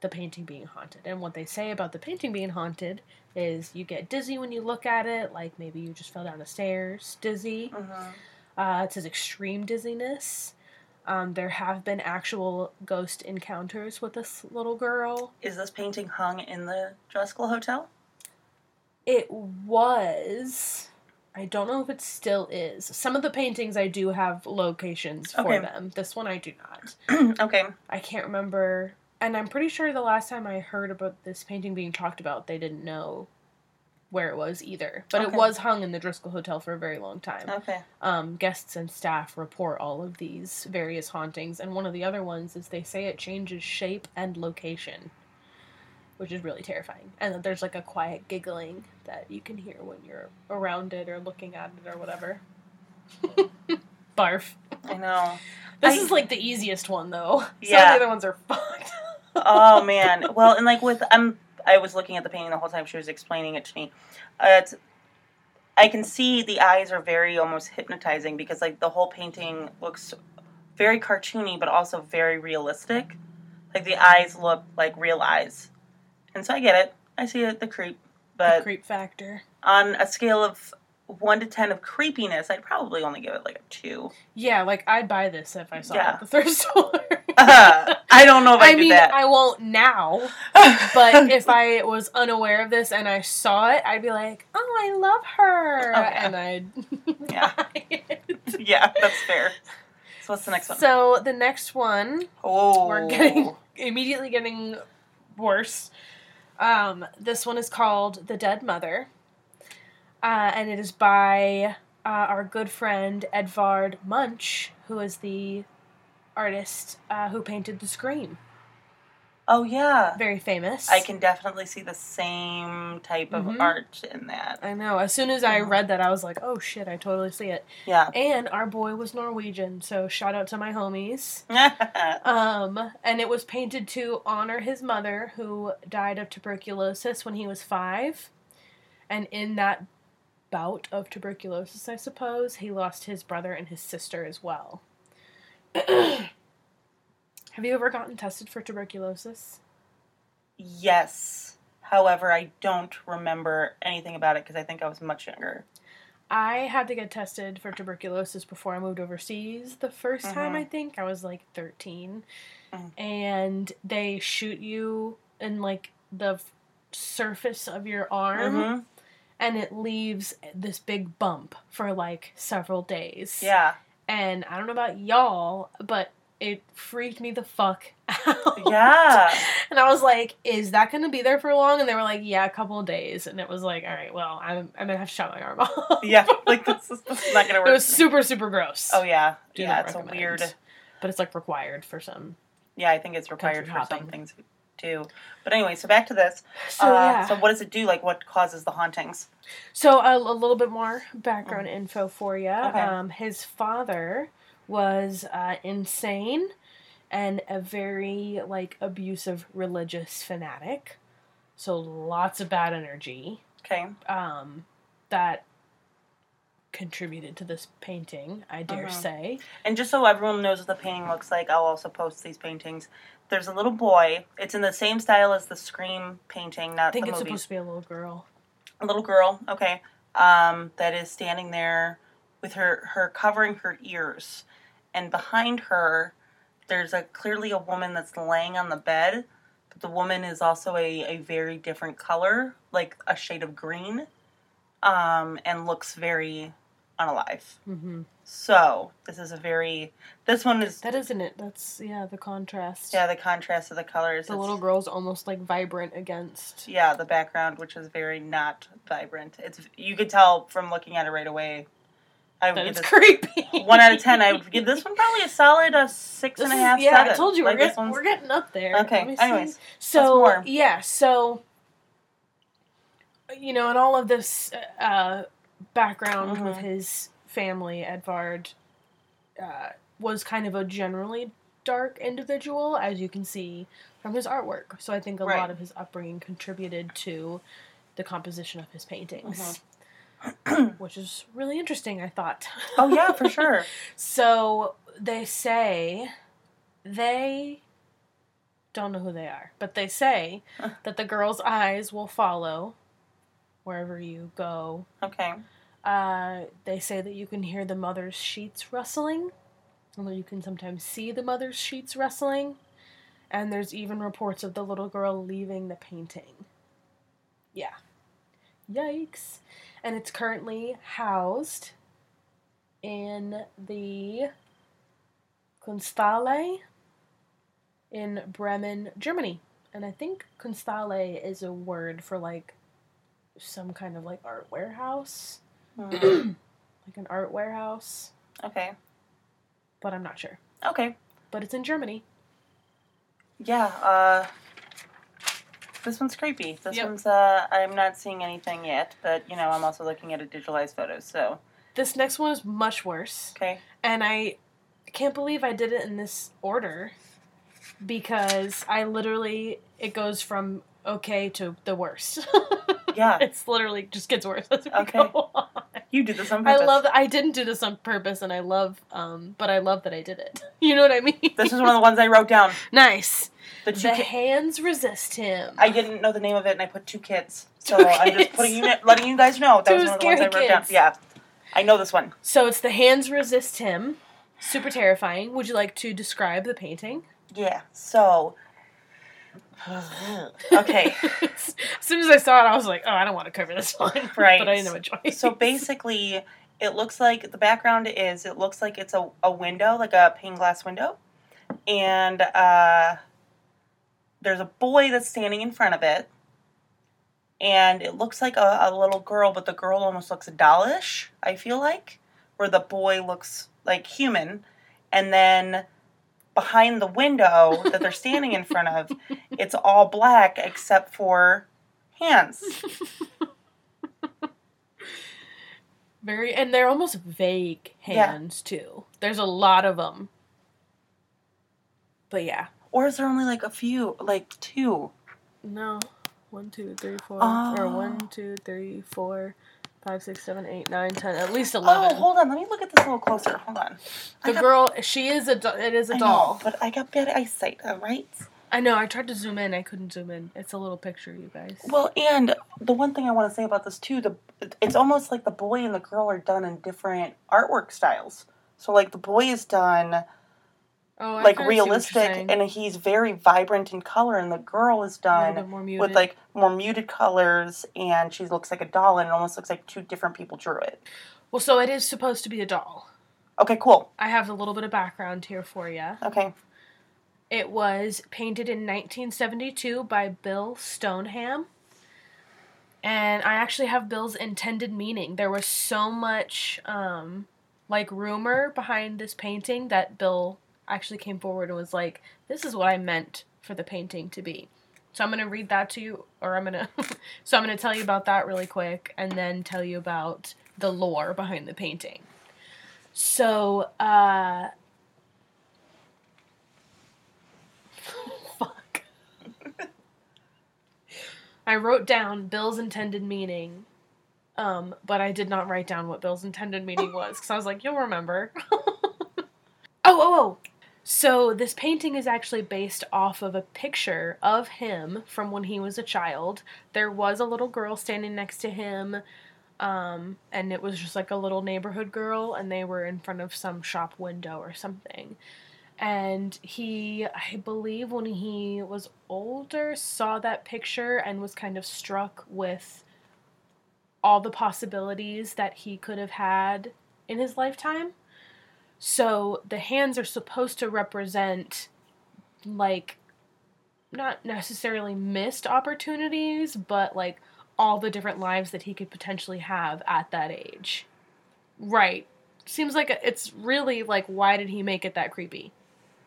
Speaker 1: the painting being haunted. And what they say about the painting being haunted is you get dizzy when you look at it, like maybe you just fell down the stairs, dizzy.
Speaker 2: Mhm.
Speaker 1: Uh, it says extreme dizziness. Um, there have been actual ghost encounters with this little girl.
Speaker 2: Is this painting hung in the Driscoll Hotel?
Speaker 1: It was. I don't know if it still is. Some of the paintings I do have locations for
Speaker 2: Okay.
Speaker 1: them. This one I do not.
Speaker 2: okay.
Speaker 1: I can't remember. And I'm pretty sure the last time I heard about this painting being talked about, they didn't know where it was either. But it
Speaker 2: Okay.
Speaker 1: was hung in the Driscoll Hotel for a very long time.
Speaker 2: Okay.
Speaker 1: Um, guests and staff report all of these various hauntings. And one of the other ones is they say it changes shape and location, which is really terrifying. And that there's like a quiet giggling that you can hear when you're around it or looking at it or whatever. Barf.
Speaker 2: I know.
Speaker 1: This
Speaker 2: I-
Speaker 1: is like the easiest one though. Some
Speaker 2: Yeah.
Speaker 1: of the other ones are fucked.
Speaker 2: Oh man. Well, and like with I'm I was looking at the painting the whole time she was explaining it to me. Uh, it's, I can see the eyes are very almost hypnotizing because like the whole painting looks very cartoony but also very realistic. Like the eyes look like real eyes. And so I get it. I see it the creep,
Speaker 1: The
Speaker 2: but
Speaker 1: creep factor.
Speaker 2: on a scale of 1 to 10 of creepiness, I'd probably only give it like a 2.
Speaker 1: Yeah, like I'd buy this if I saw it
Speaker 2: Yeah. Oh
Speaker 1: at the thrift store.
Speaker 2: I don't know if I,
Speaker 1: I
Speaker 2: did
Speaker 1: mean,
Speaker 2: that.
Speaker 1: I won't now, but if I was unaware of this and I saw it, I'd be like, "Oh, I love her,"
Speaker 2: Oh, yeah.
Speaker 1: and I'd
Speaker 2: Yeah.
Speaker 1: buy it.
Speaker 2: yeah, that's fair. So what's the next one?
Speaker 1: So the next one
Speaker 2: oh.
Speaker 1: we're getting immediately getting worse. Um, this one is called The Dead Mother, uh, and it is by uh, our good friend Edvard Munch, who is the artist uh, who painted The Scream.
Speaker 2: Oh yeah.
Speaker 1: Very famous.
Speaker 2: I can definitely see the same type of
Speaker 1: Mhm.
Speaker 2: art in that.
Speaker 1: I know. As soon as I
Speaker 2: Mhm.
Speaker 1: read that, I was like, oh shit, I totally see it.
Speaker 2: Yeah.
Speaker 1: And our boy was Norwegian, so shout out to my homies. Um, and it was painted to honor his mother, who died of tuberculosis when he was five. And in that bout of tuberculosis, I suppose, he lost his brother and his sister as well. Have you ever gotten tested for tuberculosis?
Speaker 2: yes. However, I don't remember anything about it because I think I was much younger.
Speaker 1: I had to get tested for tuberculosis before I moved overseas the 1st time,
Speaker 2: Mhm.
Speaker 1: I think. I was like 13.
Speaker 2: Mm.
Speaker 1: And they shoot you in like the f- surface of your arm
Speaker 2: Mhm.
Speaker 1: and it leaves this big bump for like several days.
Speaker 2: Yeah.
Speaker 1: And I don't know about y'all, but it freaked me the fuck out.
Speaker 2: Yeah.
Speaker 1: And I was like, is that going to be there for long? And they were like, yeah, a couple of days. And it was like, all right, well, I'm, I'm going to have to shot my arm off.
Speaker 2: Yeah. Like this is, this is not gonna
Speaker 1: It
Speaker 2: work.
Speaker 1: was
Speaker 2: for me.
Speaker 1: super, super gross.
Speaker 2: Oh yeah.
Speaker 1: Do
Speaker 2: yeah.
Speaker 1: not
Speaker 2: It's a
Speaker 1: recommend.
Speaker 2: weird.
Speaker 1: But it's like required for some.
Speaker 2: Yeah, I think it's required
Speaker 1: Country
Speaker 2: for some
Speaker 1: hopping.
Speaker 2: things too. But anyway, so back to this.
Speaker 1: So,
Speaker 2: uh,
Speaker 1: yeah.
Speaker 2: so what does it do? Like, what causes the hauntings?
Speaker 1: So a, a little bit more background info for you.
Speaker 2: Mm. Okay.
Speaker 1: Um, his father was uh, insane and a very like abusive religious fanatic. So lots of bad energy
Speaker 2: Okay.
Speaker 1: um, that contributed to this painting. I dare
Speaker 2: Mhm.
Speaker 1: say.
Speaker 2: And just so everyone knows what the painting looks like, I'll also post these paintings. There's a little boy. It's in the same style as the Scream painting, not
Speaker 1: I think
Speaker 2: the
Speaker 1: it's
Speaker 2: movie.
Speaker 1: supposed to be a little girl.
Speaker 2: A little girl, okay, um, that is standing there with her her covering her ears, and behind her, there's a clearly a woman that's laying on the bed, but the woman is also a a very different color, like a shade of green, um, and looks very unalive.
Speaker 1: hmm
Speaker 2: So this is a very this one is
Speaker 1: That isn't it. That's yeah, the contrast.
Speaker 2: yeah the contrast of the colors.
Speaker 1: The
Speaker 2: it's-
Speaker 1: little girl's almost like vibrant against.
Speaker 2: yeah the background which is very not vibrant it's you could tell from looking at it right away i would
Speaker 1: That
Speaker 2: give
Speaker 1: is
Speaker 2: this
Speaker 1: creepy.
Speaker 2: one out of ten i would give this one probably a solid uh, six
Speaker 1: This
Speaker 2: and a
Speaker 1: is-
Speaker 2: half.
Speaker 1: yeah,
Speaker 2: seven.
Speaker 1: I told you
Speaker 2: like
Speaker 1: we're,
Speaker 2: this
Speaker 1: get,
Speaker 2: one's
Speaker 1: we're getting up there. Let
Speaker 2: okay
Speaker 1: me see.
Speaker 2: anyways
Speaker 1: so
Speaker 2: more.
Speaker 1: yeah, so you know, and all of this uh, background with
Speaker 2: Mhm.
Speaker 1: his family, Edvard uh, was kind of a generally dark individual, as you can see from his artwork. So I think a
Speaker 2: Right.
Speaker 1: lot of his upbringing contributed to the composition of his paintings. Which is really interesting, I thought.
Speaker 2: Mm-hmm. oh yeah for sure
Speaker 1: So they say they don't know who they are, but they say that the girl's eyes will follow wherever you go.
Speaker 2: okay
Speaker 1: Uh, they say that you can hear the mother's sheets rustling, and that you can sometimes see the mother's sheets rustling. And there's even reports of the little girl leaving the painting. Yeah. Yikes. And it's currently housed in the Kunsthalle in Bremen, Germany. And I think Kunsthalle is a word for like some kind of like art warehouse
Speaker 2: Mm,
Speaker 1: like an art warehouse,
Speaker 2: okay
Speaker 1: but I'm not sure.
Speaker 2: okay
Speaker 1: But it's in Germany.
Speaker 2: yeah uh this one's creepy. This
Speaker 1: Yep.
Speaker 2: one's uh I'm not seeing anything yet, but you know, I'm also looking at a digitalized photo, so
Speaker 1: This next one is much worse,
Speaker 2: okay.
Speaker 1: and I can't believe I did it in this order because I literally it goes from okay to the worst.
Speaker 2: Yeah.
Speaker 1: it's literally just gets worse as we
Speaker 2: Okay.
Speaker 1: go on.
Speaker 2: You did this on
Speaker 1: I
Speaker 2: purpose.
Speaker 1: love that I didn't do this on purpose, and I love, um, but I love that I did it. You know what I mean?
Speaker 2: this is one of the ones I wrote down.
Speaker 1: nice.
Speaker 2: The two
Speaker 1: The
Speaker 2: ki-
Speaker 1: hands resist him.
Speaker 2: I didn't know the name of it, and I put two kids. So
Speaker 1: Two
Speaker 2: I'm just
Speaker 1: kids.
Speaker 2: putting you, letting you guys know that
Speaker 1: Two
Speaker 2: was one of the ones I
Speaker 1: scary
Speaker 2: wrote down.
Speaker 1: kids.
Speaker 2: Yeah, I know this one.
Speaker 1: So it's the hands resist him. Super terrifying. Would you like to describe the painting?
Speaker 2: Yeah. So. okay.
Speaker 1: as soon as I saw it, I was like, oh, I don't want to cover this one.
Speaker 2: Right.
Speaker 1: But I didn't have a choice.
Speaker 2: So basically, it looks like the background is it looks like it's a, a window, like a pane glass window, and uh, there's a boy that's standing in front of it, and it looks like a, a little girl, but the girl almost looks dollish. I feel like where the boy looks like human, and then behind the window that they're standing in front of, it's all black except for hands.
Speaker 1: very, and they're almost vague
Speaker 2: Yeah.
Speaker 1: hands too. There's a lot of them. But yeah,
Speaker 2: Or is there only like a few, like two?
Speaker 1: no, one, two, three, four, or
Speaker 2: Oh.
Speaker 1: one, two, three, four, five, six, seven, eight, nine, ten, at least
Speaker 2: Oh,
Speaker 1: eleven.
Speaker 2: hold on. Let me look at this a little closer. Hold on.
Speaker 1: the
Speaker 2: I got-
Speaker 1: girl, she is a, do- it is a
Speaker 2: I
Speaker 1: doll.
Speaker 2: know, but I got bad eyesight. All right.
Speaker 1: I know. I tried to zoom in. I couldn't zoom in. It's a little picture, you guys.
Speaker 2: Well, and the one thing I want to say about this too, the it's almost like the boy and the girl are done in different artwork styles. So like the boy is done
Speaker 1: oh, I kinda see what
Speaker 2: like
Speaker 1: you're
Speaker 2: realistic,
Speaker 1: saying.
Speaker 2: and he's very vibrant in color, and the girl is
Speaker 1: a little
Speaker 2: done
Speaker 1: bit more
Speaker 2: with
Speaker 1: muted.
Speaker 2: like more muted colors, and she looks like a doll, and it almost looks like two different people drew it.
Speaker 1: Well, so it is supposed to be a doll.
Speaker 2: Okay, cool.
Speaker 1: I have a little bit of background here for you.
Speaker 2: Okay,
Speaker 1: It was painted in 1972 by Bill Stoneham. And I actually have Bill's intended meaning. There was so much um like rumor behind this painting that Bill actually came forward and was like, "This is what I meant for the painting to be." So I'm going to read that to you or I'm going to So I'm going to tell you about that really quick and then tell you about the lore behind the painting. So, uh Fuck. I wrote down Bill's intended meaning, um, but I did not write down what Bill's intended meaning was because I was like, you'll remember. oh, oh, oh. So this painting is actually based off of a picture of him from when he was a child. There was a little girl standing next to him. Um, and it was just like a little neighborhood girl, and they were in front of some shop window or something. And he, I believe, when he was older, saw that picture and was kind of struck with all the possibilities that he could have had in his lifetime. So the hands are supposed to represent like not necessarily missed opportunities, but like all the different lives that he could potentially have at that age. Right. Seems like a- it's really like why did he make it that creepy?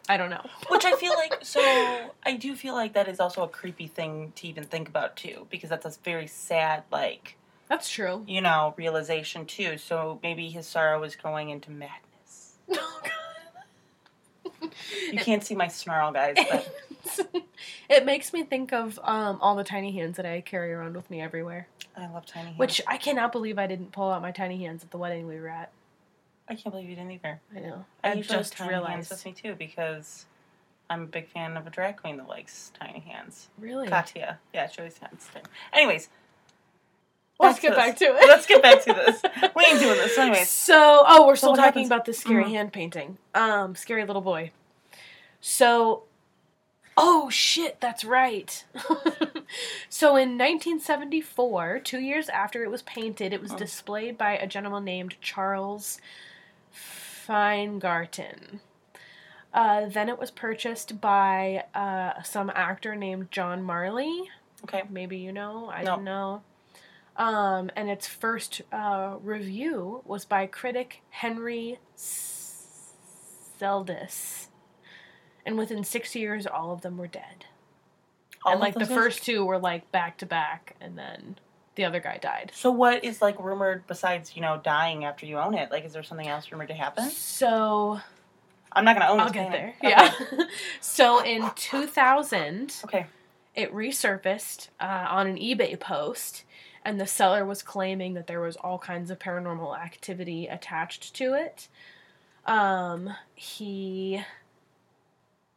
Speaker 1: I don't know.
Speaker 2: Which I feel like, so I do feel like that is also a creepy thing to even think about too, because that's a very sad, like,
Speaker 1: That's true.
Speaker 2: you know, realization too. So maybe his sorrow is going into madness. You can't see my snarl, guys, but
Speaker 1: it makes me think of um, all the tiny hands that I carry around with me everywhere.
Speaker 2: I love tiny hands.
Speaker 1: Which I cannot believe I didn't pull out my tiny hands at the wedding we were at.
Speaker 2: I can't believe you didn't either.
Speaker 1: I know.
Speaker 2: I,
Speaker 1: I,
Speaker 2: usually
Speaker 1: just
Speaker 2: have tiny hands
Speaker 1: realized.
Speaker 2: with me too because I'm a big fan of a drag queen that likes tiny hands.
Speaker 1: Really?
Speaker 2: Katya. Yeah, she always hands. tiny. Anyways,
Speaker 1: Let's
Speaker 2: back
Speaker 1: get
Speaker 2: to
Speaker 1: back
Speaker 2: this.
Speaker 1: to it.
Speaker 2: Let's get back to this. We ain't doing this. Anyways.
Speaker 1: So, oh, we're
Speaker 2: So
Speaker 1: still
Speaker 2: what
Speaker 1: talking
Speaker 2: happens-
Speaker 1: about this scary
Speaker 2: Mhm.
Speaker 1: hand painting. Um, scary little boy. So, oh shit, that's right. so in 1974, two years after it was painted, it was
Speaker 2: Oh.
Speaker 1: displayed by a gentleman named Charles Feingarten. Uh, then it was purchased by uh, some actor named John Marley
Speaker 2: Okay.
Speaker 1: maybe you know i
Speaker 2: No.
Speaker 1: don't know um, and its first uh, review was by critic henry S- seldis and within six years all of them were dead
Speaker 2: All
Speaker 1: and
Speaker 2: of
Speaker 1: like the
Speaker 2: those guys?
Speaker 1: first two were like back to back and then the other guy died
Speaker 2: So what is like rumored besides, you know, dying after you own it? Like is there something else rumored to happen?
Speaker 1: so
Speaker 2: I'm not gonna own
Speaker 1: i'll
Speaker 2: this
Speaker 1: get there
Speaker 2: planet.
Speaker 1: yeah so in 2000
Speaker 2: Okay. Okay.
Speaker 1: it resurfaced uh, on an eBay post, and the seller was claiming that there was all kinds of paranormal activity attached to it. Um, he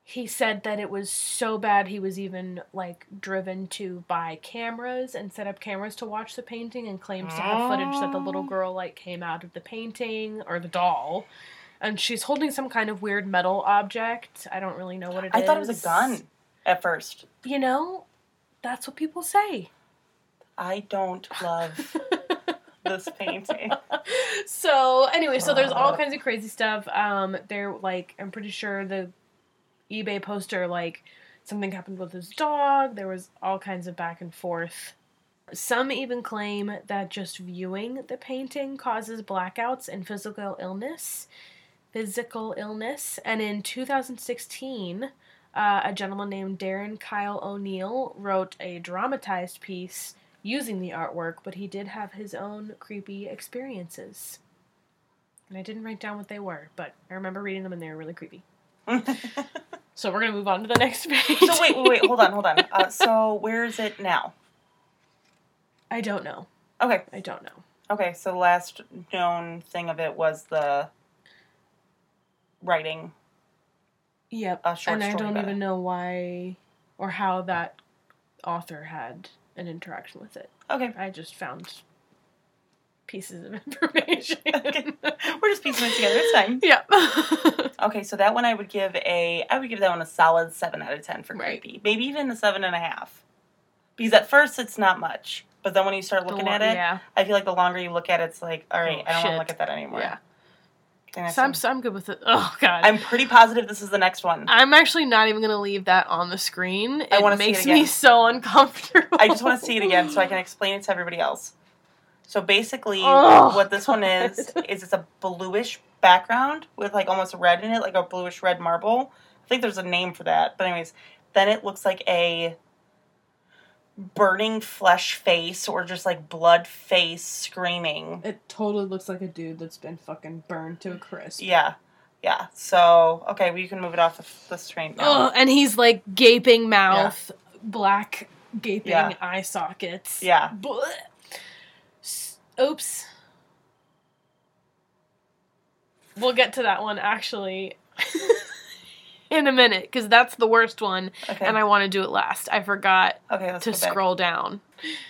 Speaker 1: he said that it was so bad he was even like driven to buy cameras and set up cameras to watch the painting and claims to have footage that the
Speaker 2: Oh.
Speaker 1: little girl like came out of the painting or the doll and she's holding some kind of weird metal object i don't really know what it is
Speaker 2: I thought it was a gun at first.
Speaker 1: you know, that's what people say.
Speaker 2: I don't love this painting.
Speaker 1: so anyway, so there's all kinds of crazy stuff. Um, they're like, I'm pretty sure the eBay poster like something happened with his dog. There was all kinds of back and forth. Some even claim that just viewing the painting causes blackouts and physical illness. Physical illness. And in 2016, uh, a gentleman named Darren Kyle O'Neill wrote a dramatized piece using the artwork, but he did have his own creepy experiences. And I didn't write down what they were, but I remember reading them and they were really creepy.
Speaker 2: so
Speaker 1: So we're gonna move on to the next page.
Speaker 2: wait, wait, wait, hold on, hold on. Uh, so where is it now?
Speaker 1: I don't know.
Speaker 2: Okay.
Speaker 1: I don't know.
Speaker 2: Okay, so the last known thing of it was the writing
Speaker 1: Yep.
Speaker 2: a short
Speaker 1: Uh, and I
Speaker 2: story.
Speaker 1: don't
Speaker 2: about
Speaker 1: even
Speaker 2: it.
Speaker 1: know why or how that author had an interaction with it.
Speaker 2: Okay.
Speaker 1: I just found pieces of information.
Speaker 2: Okay. We're just piecing it together. It's fine.
Speaker 1: yeah.
Speaker 2: Okay, so that one I would give a I would give that one a solid seven out of ten for
Speaker 1: Right.
Speaker 2: creepy. Maybe even a seven and a half. Because at first it's not much. But then when you start looking at it,
Speaker 1: Yeah.
Speaker 2: I feel like the longer you look at it, it's like, all right,
Speaker 1: Oh,
Speaker 2: I don't want to
Speaker 1: shit.
Speaker 2: look at that anymore.
Speaker 1: Yeah.
Speaker 2: Okay, next
Speaker 1: So I'm,
Speaker 2: one.
Speaker 1: so I'm good with it. Oh god.
Speaker 2: I'm pretty positive this is the next one.
Speaker 1: I'm actually not even gonna leave that on the screen. It
Speaker 2: I wanna see it
Speaker 1: makes
Speaker 2: again.
Speaker 1: me so uncomfortable.
Speaker 2: I just want to see it again so I can explain it to everybody else. So basically,
Speaker 1: Oh,
Speaker 2: what this one is is it's a bluish background with like almost red in it, like a bluish red marble. I think there's a name for that, but anyways, then it looks like a burning flesh face or just like blood face screaming.
Speaker 1: It totally looks like a dude that's been fucking burned to a crisp.
Speaker 2: Yeah, yeah. So okay, we can move it off the, the screen now.
Speaker 1: Oh, and he's like gaping mouth, black gaping
Speaker 2: Yeah.
Speaker 1: eye sockets.
Speaker 2: Yeah.
Speaker 1: Blech. S- Oops. We'll get to that one actually in a minute because that's the worst one,
Speaker 2: Okay.
Speaker 1: and I want to do it last. I forgot
Speaker 2: okay. Let's
Speaker 1: to
Speaker 2: go back.
Speaker 1: scroll down.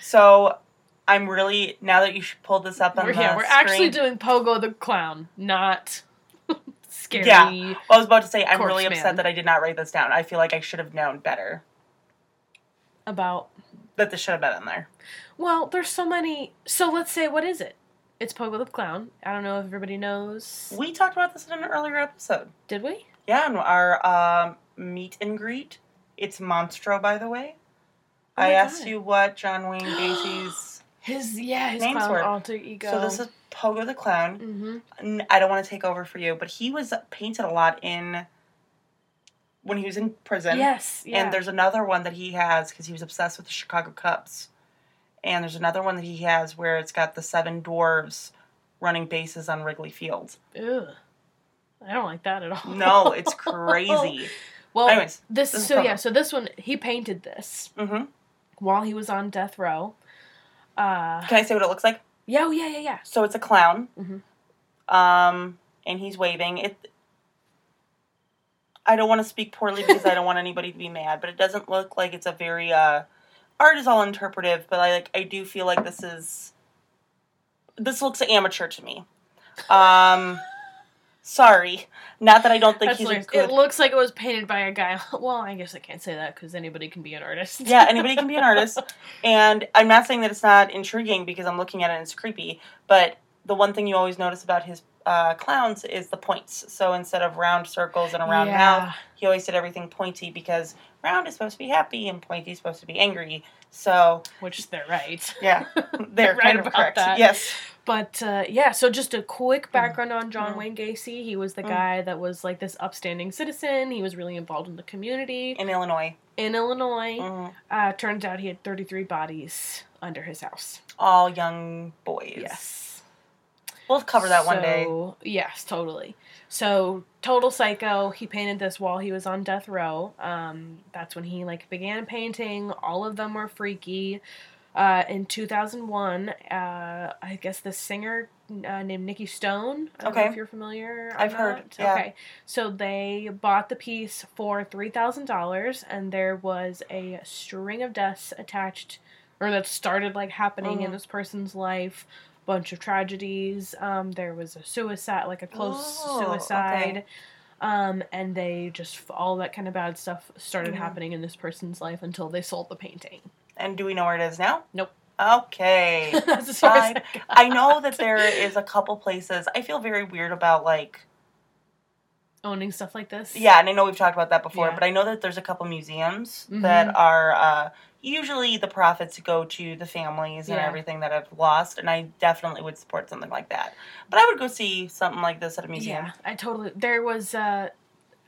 Speaker 2: So I'm really now that you sh- pulled this up on
Speaker 1: We're,
Speaker 2: the
Speaker 1: yeah, we're
Speaker 2: screen-
Speaker 1: actually doing Pogo the Clown, not scary.
Speaker 2: Yeah. I was about to say I'm
Speaker 1: Corpse
Speaker 2: really
Speaker 1: Man.
Speaker 2: upset that I did not write this down. I feel like I should have known better
Speaker 1: About
Speaker 2: that this should have been on there.
Speaker 1: well, there's so many. So let's say what is it? It's Pogo the Clown. I don't know if everybody knows.
Speaker 2: We talked about this in an earlier episode.
Speaker 1: Did we?
Speaker 2: Yeah, and our um, meet and greet. It's Monstro, by the way.
Speaker 1: Oh
Speaker 2: I
Speaker 1: my
Speaker 2: asked
Speaker 1: God.
Speaker 2: you what John Wayne Gacy's.
Speaker 1: His yeah, his
Speaker 2: Names
Speaker 1: clown
Speaker 2: were-
Speaker 1: alter ego.
Speaker 2: So this is Pogo the Clown.
Speaker 1: hmm
Speaker 2: N- I don't want to take over for you, but he was painted a lot in when he was in prison.
Speaker 1: Yes. Yeah.
Speaker 2: And there's another one that he has because he was obsessed with the Chicago Cubs. And there's another one that he has where it's got the seven dwarves running bases on Wrigley Field.
Speaker 1: Ugh. I don't like that at all.
Speaker 2: No, it's crazy.
Speaker 1: well,
Speaker 2: Anyways,
Speaker 1: this,
Speaker 2: this is
Speaker 1: so
Speaker 2: Pogo.
Speaker 1: yeah, so this one he painted this
Speaker 2: hmm can
Speaker 1: while he was on death row. Uh,
Speaker 2: I say what it looks like?
Speaker 1: yeah, oh, yeah, yeah, yeah.
Speaker 2: So it's a clown,
Speaker 1: Mhm.
Speaker 2: um, and he's waving. It. I don't want to speak poorly because I don't want anybody to be mad, but it doesn't look like it's a very. Uh, art is all interpretive, but I like. I do feel like this is. This looks amateur to me. Um, sorry, not that I don't think
Speaker 1: That's
Speaker 2: he's a
Speaker 1: hilarious. It
Speaker 2: good.
Speaker 1: looks like it was painted by a guy. Well, I guess I can't say that because anybody can be an artist.
Speaker 2: yeah, anybody can be an artist. And I'm not saying that it's not intriguing because I'm looking at it and it's creepy, but the one thing you always notice about his uh, clowns is the points. So instead of round circles and a round mouth, he always did everything pointy because round is supposed to be happy and pointy is supposed to be angry. So
Speaker 1: which they're right.
Speaker 2: yeah, they're
Speaker 1: Right
Speaker 2: kind of
Speaker 1: about
Speaker 2: correct.
Speaker 1: that.
Speaker 2: Yes.
Speaker 1: But uh, yeah, so just a quick background on John
Speaker 2: Mm.
Speaker 1: Wayne Gacy. He was the
Speaker 2: Mm.
Speaker 1: guy that was like this upstanding citizen. He was really involved in the community
Speaker 2: In Illinois.
Speaker 1: in Illinois.
Speaker 2: Mhm.
Speaker 1: Uh, turns out he had 33 bodies under his house.
Speaker 2: All young boys.
Speaker 1: Yes.
Speaker 2: We'll cover that one day.
Speaker 1: So, Yes, totally. So, total psycho. He painted this while he was on death row. Um, that's when he like began painting. All of them were freaky. Uh, in 2001, uh, I guess the singer uh, named Nikki Stone. I don't know
Speaker 2: Okay.
Speaker 1: if you're familiar. or
Speaker 2: I've heard,
Speaker 1: not.
Speaker 2: yeah.
Speaker 1: Okay. So they bought the piece for three thousand dollars, and there was a string of deaths attached, or that started like happening in
Speaker 2: Mhm.
Speaker 1: this person's life. Bunch of tragedies. Um, there was a suicide, like a close
Speaker 2: Oh, okay.
Speaker 1: suicide. Um, and they just all that kind of bad stuff started
Speaker 2: Mhm.
Speaker 1: happening in this person's life until they sold the painting.
Speaker 2: And do we know where it is now?
Speaker 1: Nope.
Speaker 2: Okay.
Speaker 1: That's as far as
Speaker 2: Fine.
Speaker 1: I got.
Speaker 2: I know that there is a couple places. I feel very weird about like
Speaker 1: owning stuff like this.
Speaker 2: yeah, and I know we've talked about that before,
Speaker 1: Yeah.
Speaker 2: but I know that there's a couple museums
Speaker 1: Mhm.
Speaker 2: that are uh, usually the profits go to the families and
Speaker 1: Yeah.
Speaker 2: everything that have lost, and I definitely would support something like that. But I would go see something like this at a museum.
Speaker 1: Yeah, I totally. There was a,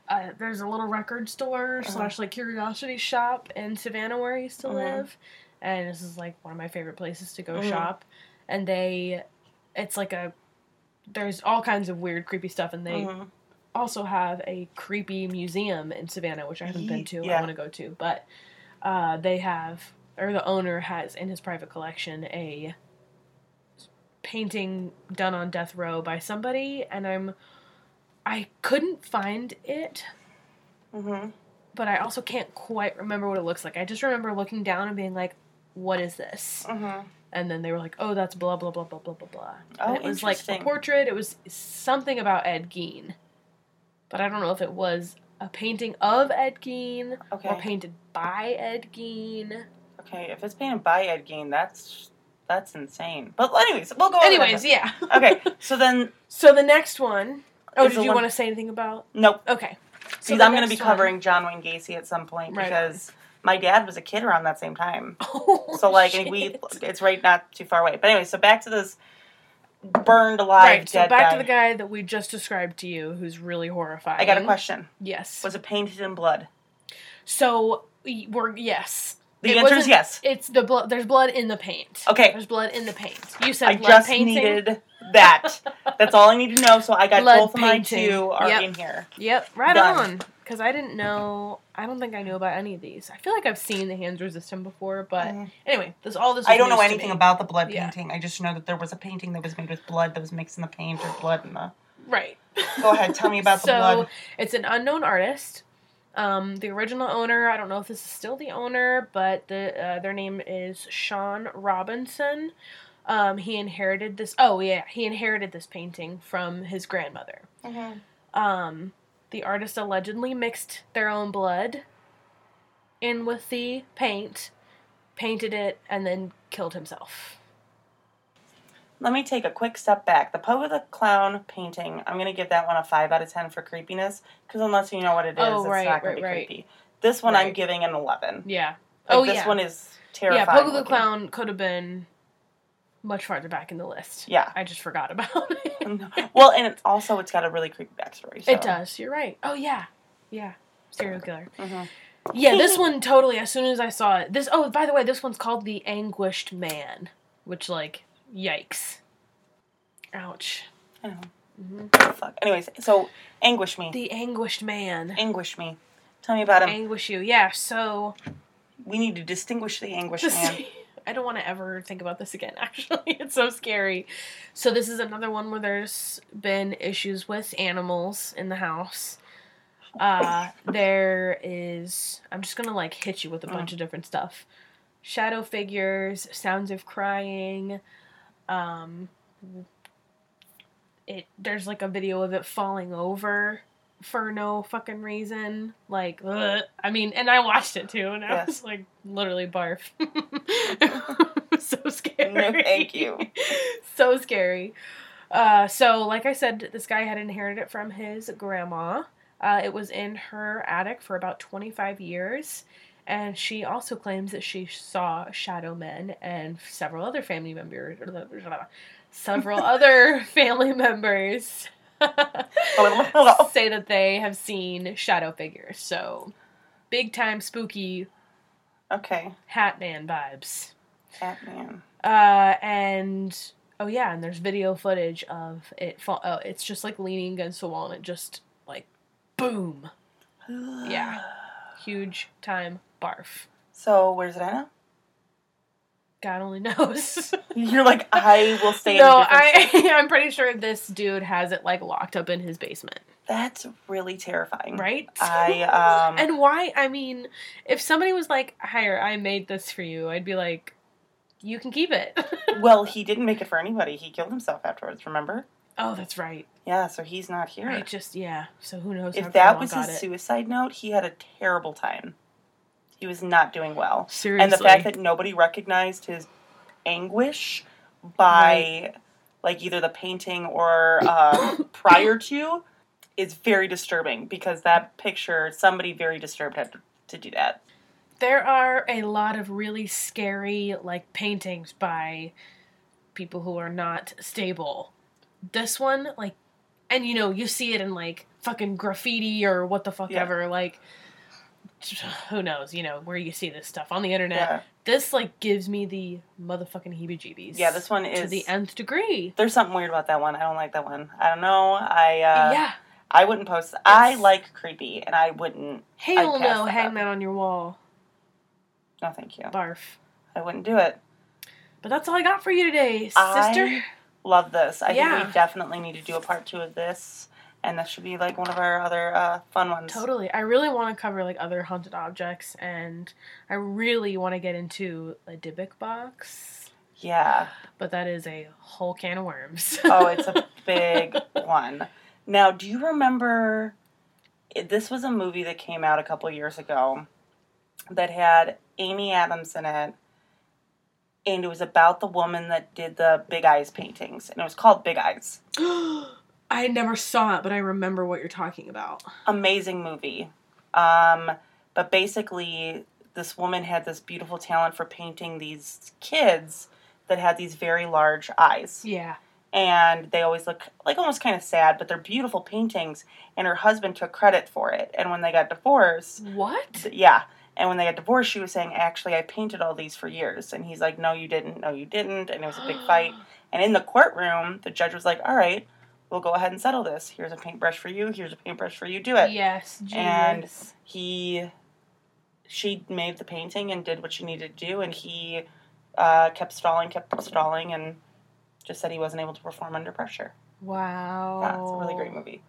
Speaker 1: uh, there's a little record store
Speaker 2: Uh-huh.
Speaker 1: slash like curiosity shop in Savannah where I used to
Speaker 2: Mhm.
Speaker 1: live, and this is like one of my favorite places to go
Speaker 2: Mhm.
Speaker 1: shop, and they, it's like a, there's all kinds of weird creepy stuff, and they
Speaker 2: Mhm.
Speaker 1: also have a creepy museum in Savannah which I haven't been to. I
Speaker 2: Yeah.
Speaker 1: want to go to, but uh, they have or the owner has in his private collection a painting done on death row by somebody and I'm I couldn't find it,
Speaker 2: Mhm.
Speaker 1: but I also can't quite remember what it looks like. I just remember looking down and being like, "What is this?"
Speaker 2: Mhm.
Speaker 1: And then they were like, "Oh, that's blah blah blah blah blah blah blah."
Speaker 2: Oh,
Speaker 1: and it was like a
Speaker 2: interesting.
Speaker 1: portrait. It was something about Ed Gein, but I don't know if it was a painting of Ed Gein or
Speaker 2: Okay.
Speaker 1: painted by Ed Gein.
Speaker 2: Okay. If it's painted by Ed Gein, that's that's insane. But anyways, we'll go. over that.
Speaker 1: Anyways, yeah.
Speaker 2: Okay. So then,
Speaker 1: So the next one. Oh,
Speaker 2: Is
Speaker 1: did
Speaker 2: the
Speaker 1: you
Speaker 2: one-
Speaker 1: want to say anything about?
Speaker 2: nope.
Speaker 1: Okay.
Speaker 2: Because
Speaker 1: the
Speaker 2: I'm going to be
Speaker 1: next one-
Speaker 2: covering John Wayne Gacy at some point
Speaker 1: Right.
Speaker 2: because my dad was a kid around that same time.
Speaker 1: Oh,
Speaker 2: So like and
Speaker 1: shit.
Speaker 2: we, it's right not too far away. But anyway, so back to this burned alive
Speaker 1: Right, so
Speaker 2: dead
Speaker 1: back
Speaker 2: guy.
Speaker 1: to the guy that we just described to you, who's really horrifying.
Speaker 2: I got a question.
Speaker 1: Yes.
Speaker 2: Was it painted in blood?
Speaker 1: So we- we're yes.
Speaker 2: The
Speaker 1: It
Speaker 2: answer is
Speaker 1: wasn't-
Speaker 2: yes.
Speaker 1: It's the blood. There's blood in the paint.
Speaker 2: Okay.
Speaker 1: There's blood in the paint. You said
Speaker 2: I
Speaker 1: blood
Speaker 2: just
Speaker 1: painting.
Speaker 2: needed that. That's all I need to know. So I got
Speaker 1: Blood
Speaker 2: both of
Speaker 1: painting.
Speaker 2: my two are
Speaker 1: Yep.
Speaker 2: in here.
Speaker 1: Yep. Right
Speaker 2: Done.
Speaker 1: on. Because I didn't know. I don't think I knew about any of these. I feel like I've seen the hands resistant before, but
Speaker 2: Mhm.
Speaker 1: anyway, this all this.
Speaker 2: I
Speaker 1: was
Speaker 2: don't know
Speaker 1: news to
Speaker 2: anything
Speaker 1: me.
Speaker 2: about the blood
Speaker 1: Yeah.
Speaker 2: painting. I just know that there was a painting that was made with blood that was mixed in the paint or blood in the.
Speaker 1: Right.
Speaker 2: Go ahead, tell me about the
Speaker 1: so
Speaker 2: blood.
Speaker 1: it's an unknown artist. Um, the original owner, I don't know if this is still the owner, but the uh, their name is Sean Robinson. Um, he inherited this. Oh yeah, he inherited this painting from his grandmother.
Speaker 2: Mm-hmm.
Speaker 1: Um, the artist allegedly mixed their own blood in with the paint, painted it, and then killed himself.
Speaker 2: Let me take a quick step back. The Poe the Clown painting, I'm going to give that one a 5 out of 10 for creepiness, because unless you know what it is,
Speaker 1: Oh,
Speaker 2: it's
Speaker 1: right,
Speaker 2: not
Speaker 1: right,
Speaker 2: going to be
Speaker 1: right.
Speaker 2: creepy. This one I'm
Speaker 1: Right.
Speaker 2: giving an 11.
Speaker 1: Yeah.
Speaker 2: Like,
Speaker 1: oh
Speaker 2: this
Speaker 1: yeah.
Speaker 2: one is
Speaker 1: yeah,
Speaker 2: terrifying.
Speaker 1: Pogo the
Speaker 2: looking.
Speaker 1: Clown could have been much farther back in the list.
Speaker 2: Yeah.
Speaker 1: I just forgot about it.
Speaker 2: well, and it's also it's got a really creepy backstory. so-
Speaker 1: It does. You're right. Oh yeah, yeah. Serial killer.
Speaker 2: Mhm.
Speaker 1: Yeah, this one totally. As soon as I saw it, this. Oh, by the way, this one's called the Anguished Man, which like, yikes. Ouch.
Speaker 2: I know.
Speaker 1: Mhm.
Speaker 2: Fuck. Anyways, so anguish me,
Speaker 1: The Anguished Man.
Speaker 2: anguish me. Tell me about him.
Speaker 1: Anguish you. Yeah. So.
Speaker 2: we need to distinguish the anguish man.
Speaker 1: I don't want to ever think about this again, actually. It's so scary. So, this is another one where there's been issues with animals in the house. Uh, there is, I'm just going to like hit you with a bunch of different stuff shadow figures, sounds of crying. Um, it There's like a video of it falling over for no fucking reason. Like, ugh. I mean, and I watched it too, and I
Speaker 2: Yes.
Speaker 1: was like, literally barf. It was so scary.
Speaker 2: No, thank you.
Speaker 1: so scary. Uh, so, like I said, this guy had inherited it from his grandma. Uh, it was in her attic for about 25 years. And she also claims that she saw shadow men and several other family members, several other family members say that they have seen shadow figures. So, big time spooky
Speaker 2: okay,
Speaker 1: Hat Man vibes.
Speaker 2: Batman.
Speaker 1: Uh, and oh yeah, and there's video footage of it. Fall- oh, it's just like leaning against the wall, and it just like boom, Yeah. huge time barf.
Speaker 2: So where's it at? now?
Speaker 1: God only knows.
Speaker 2: You're like I will stay. in a
Speaker 1: no,
Speaker 2: different
Speaker 1: I
Speaker 2: state.
Speaker 1: I'm pretty sure this dude has it like locked up in his basement,
Speaker 2: That's really terrifying.
Speaker 1: right?
Speaker 2: Mm. I um.
Speaker 1: and why? I mean, if somebody was like, "Hire, I made this for you," I'd be like, "You can keep it."
Speaker 2: well, he didn't make it for anybody. He killed himself afterwards. Remember?
Speaker 1: oh, that's right.
Speaker 2: Yeah. So he's not here.
Speaker 1: I just yeah. So who knows? how
Speaker 2: If that
Speaker 1: grandma
Speaker 2: was
Speaker 1: got
Speaker 2: his
Speaker 1: it.
Speaker 2: suicide note, he had a terrible time. He was not doing well.
Speaker 1: Seriously.
Speaker 2: And the fact that nobody recognized his anguish by like either the painting or uh, prior to is very disturbing because that picture somebody very disturbed had to, to do that.
Speaker 1: There are a lot of really scary like paintings by people who are not stable. This one like and you know, you see it in like fucking graffiti or what the fuck
Speaker 2: Yeah.
Speaker 1: ever like who knows, you know, where you see this stuff on the internet.
Speaker 2: Yeah.
Speaker 1: This like gives me the motherfucking heebie-jeebies.
Speaker 2: Yeah, this one
Speaker 1: to
Speaker 2: is
Speaker 1: the nth degree.
Speaker 2: There's something weird about that one. I don't like that one. I don't know. I uh
Speaker 1: yeah.
Speaker 2: I wouldn't post. I
Speaker 1: It's-
Speaker 2: like creepy and I wouldn't
Speaker 1: Hell
Speaker 2: pass
Speaker 1: no,
Speaker 2: that up.
Speaker 1: hang that on your wall.
Speaker 2: no thank you.
Speaker 1: Barf.
Speaker 2: I wouldn't do it.
Speaker 1: But that's all I got for you today,
Speaker 2: I-
Speaker 1: sister.
Speaker 2: Love this. I think
Speaker 1: Yeah.
Speaker 2: we definitely need to do a part 2 of this and that should be like one of our other uh, fun ones.
Speaker 1: Totally. I really want to cover like other haunted objects and I really want to get into a Dybbuk box,
Speaker 2: Yeah.
Speaker 1: but that is a whole can of worms.
Speaker 2: Oh, it's a big one. Now, do you remember? it- This was a movie that came out a couple years ago that had Amy Adams in it, and it was about the woman that did the Big Eyes paintings, and it was called Big Eyes. Oh.
Speaker 1: I never saw it, but I remember what you're talking about.
Speaker 2: Amazing movie. Um, but basically, this woman had this beautiful talent for painting these kids that had these very large eyes.
Speaker 1: Yeah.
Speaker 2: and they always look like almost kind of sad, but they're beautiful paintings. And her husband took credit for it. And when they got divorced,
Speaker 1: What?
Speaker 2: yeah. And when they got divorced, she was saying, "Actually, I painted all these for years." And he's like, "No, you didn't. No, you didn't." And it was a big fight. And in the courtroom, the judge was like, "All right, we'll go ahead and settle this. Here's a paintbrush for you. Here's a paintbrush for you. Do it."
Speaker 1: Yes, Jesus.
Speaker 2: And- He, she made the painting and did what she needed to do, and he uh, kept stalling, kept stalling, and just said he wasn't able to perform under pressure.
Speaker 1: wow. Oh.
Speaker 2: Yeah, it's a really great movie.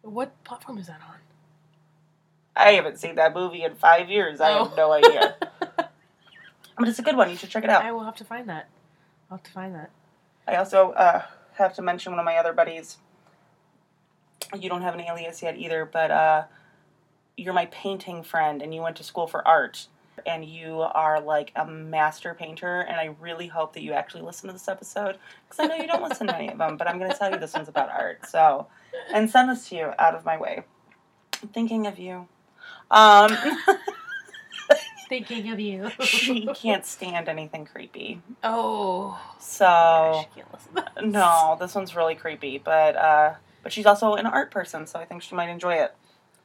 Speaker 1: What platform is that on?
Speaker 2: I haven't seen that movie in five years. I
Speaker 1: Oh.
Speaker 2: have no idea. but it's a good one. You should check it out.
Speaker 1: I will have to find that. I'll have to find that.
Speaker 2: I also uh, have to mention one of my other buddies. You don't have an alias yet either, but uh, you're my painting friend, and you went to school for art, and you are like a master painter. And I really hope that you actually listen to this episode because I know you don't listen to any of them, but I'm going to tell you this one's about art. So, and send this to you out of my way. I'm thinking of you. Um,
Speaker 1: Thinking of you.
Speaker 2: she can't stand anything creepy.
Speaker 1: oh.
Speaker 2: So. Oh.
Speaker 1: gosh, I can't listen to that.
Speaker 2: No, this one's really creepy, but uh, but she's also an art person, so I think she might enjoy it.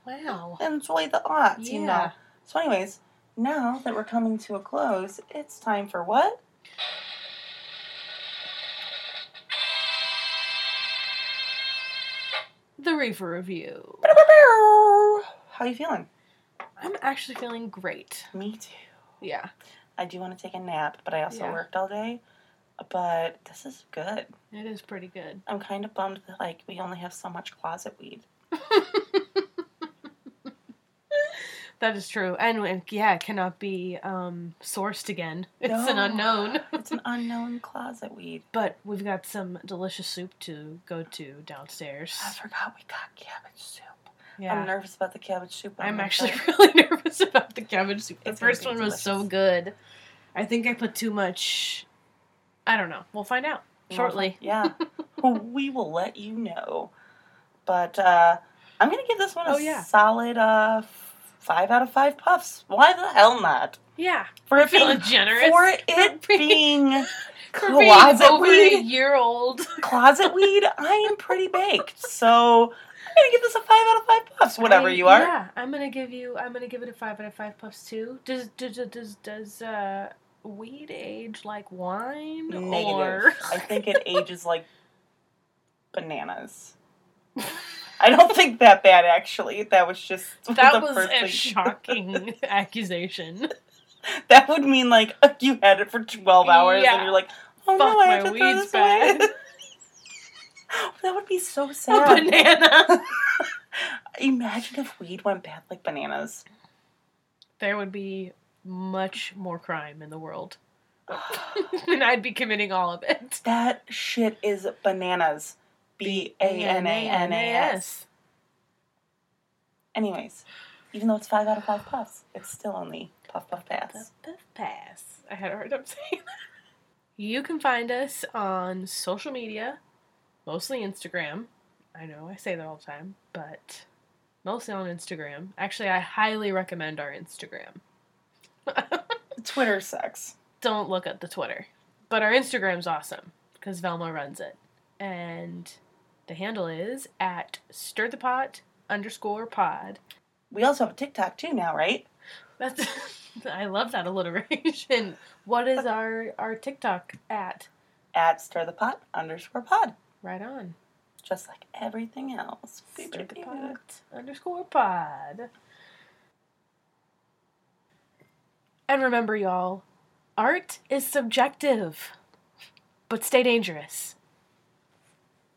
Speaker 1: Wow.
Speaker 2: Enjoy the arts, you know.
Speaker 1: Yeah.
Speaker 2: So, anyways, now that we're coming to a close, it's time for what?
Speaker 1: The Reefer Review.
Speaker 2: How you feeling?
Speaker 1: I'm actually feeling great.
Speaker 2: Me too.
Speaker 1: Yeah.
Speaker 2: I do want to take a nap, but I also
Speaker 1: Yeah.
Speaker 2: worked all day. But this is good.
Speaker 1: It is pretty good.
Speaker 2: I'm kind of bummed that like we only have so much closet weed.
Speaker 1: That is true. And, and yeah, it cannot be um, sourced again. It's an
Speaker 2: No.
Speaker 1: unknown.
Speaker 2: It's an unknown closet weed.
Speaker 1: But we've got some delicious soup to go to downstairs.
Speaker 2: I forgot we got cabbage soup.
Speaker 1: Yeah.
Speaker 2: I'm nervous about the cabbage soup. but
Speaker 1: I'm
Speaker 2: gonna
Speaker 1: actually
Speaker 2: try it.
Speaker 1: really nervous about the cabbage soup. The
Speaker 2: It's gonna
Speaker 1: first
Speaker 2: be
Speaker 1: one was so
Speaker 2: delicious.
Speaker 1: good. I think I put too much. I don't know. We'll find out shortly.
Speaker 2: Yeah. we will let you know. But uh, I'm going to give this one a
Speaker 1: Oh, yeah.
Speaker 2: solid uh, f- five out of five puffs. Why the hell not?
Speaker 1: Yeah.
Speaker 2: For it
Speaker 1: Feeling
Speaker 2: being,
Speaker 1: generous.
Speaker 2: for it
Speaker 1: being-
Speaker 2: being
Speaker 1: For being
Speaker 2: closet
Speaker 1: over a
Speaker 2: weed.
Speaker 1: year old.
Speaker 2: closet weed, I am pretty baked. So I'm going to give this a five out of five puffs, whatever
Speaker 1: I-
Speaker 2: you are.
Speaker 1: Yeah, I'm gonna give you. I'm gonna give it a five out of five plus two. Does does does does uh, weed age like wine
Speaker 2: Negative.
Speaker 1: or?
Speaker 2: I think it ages like bananas. I don't think that bad actually. That was just the
Speaker 1: that was
Speaker 2: first
Speaker 1: a
Speaker 2: thing-
Speaker 1: shocking accusation.
Speaker 2: That would mean like you had it for twelve hours
Speaker 1: Yeah.
Speaker 2: and you're like, oh
Speaker 1: Fuck
Speaker 2: no, I have
Speaker 1: my
Speaker 2: to throw
Speaker 1: weed's
Speaker 2: this away.
Speaker 1: bad.
Speaker 2: that would be so
Speaker 1: A
Speaker 2: sad.
Speaker 1: banana.
Speaker 2: Imagine if weed went bad like bananas.
Speaker 1: There would be much more crime in the world, and I'd be committing all of it.
Speaker 2: that shit is bananas. B A N A N A S. Anyways, even though it's five out of five puffs, it's still only puff puff pass.
Speaker 1: Puff pass. I had a hard time saying that. You can find us on social media, mostly Instagram. I know I say that all the time, but mostly on Instagram. Actually, I highly recommend our Instagram.
Speaker 2: Twitter sucks.
Speaker 1: Don't look at the Twitter, but our Instagram's awesome because Velma runs it, and the handle is at stir the pot underscore pod.
Speaker 2: We also have a TikTok too now, right?
Speaker 1: That's I love that alliteration. What is our our TikTok at?
Speaker 2: At stir the pot underscore pod.
Speaker 1: Right on.
Speaker 2: Just like everything else.
Speaker 1: Stir the pot underscore pod. And remember, y'all, art is subjective, but stay dangerous.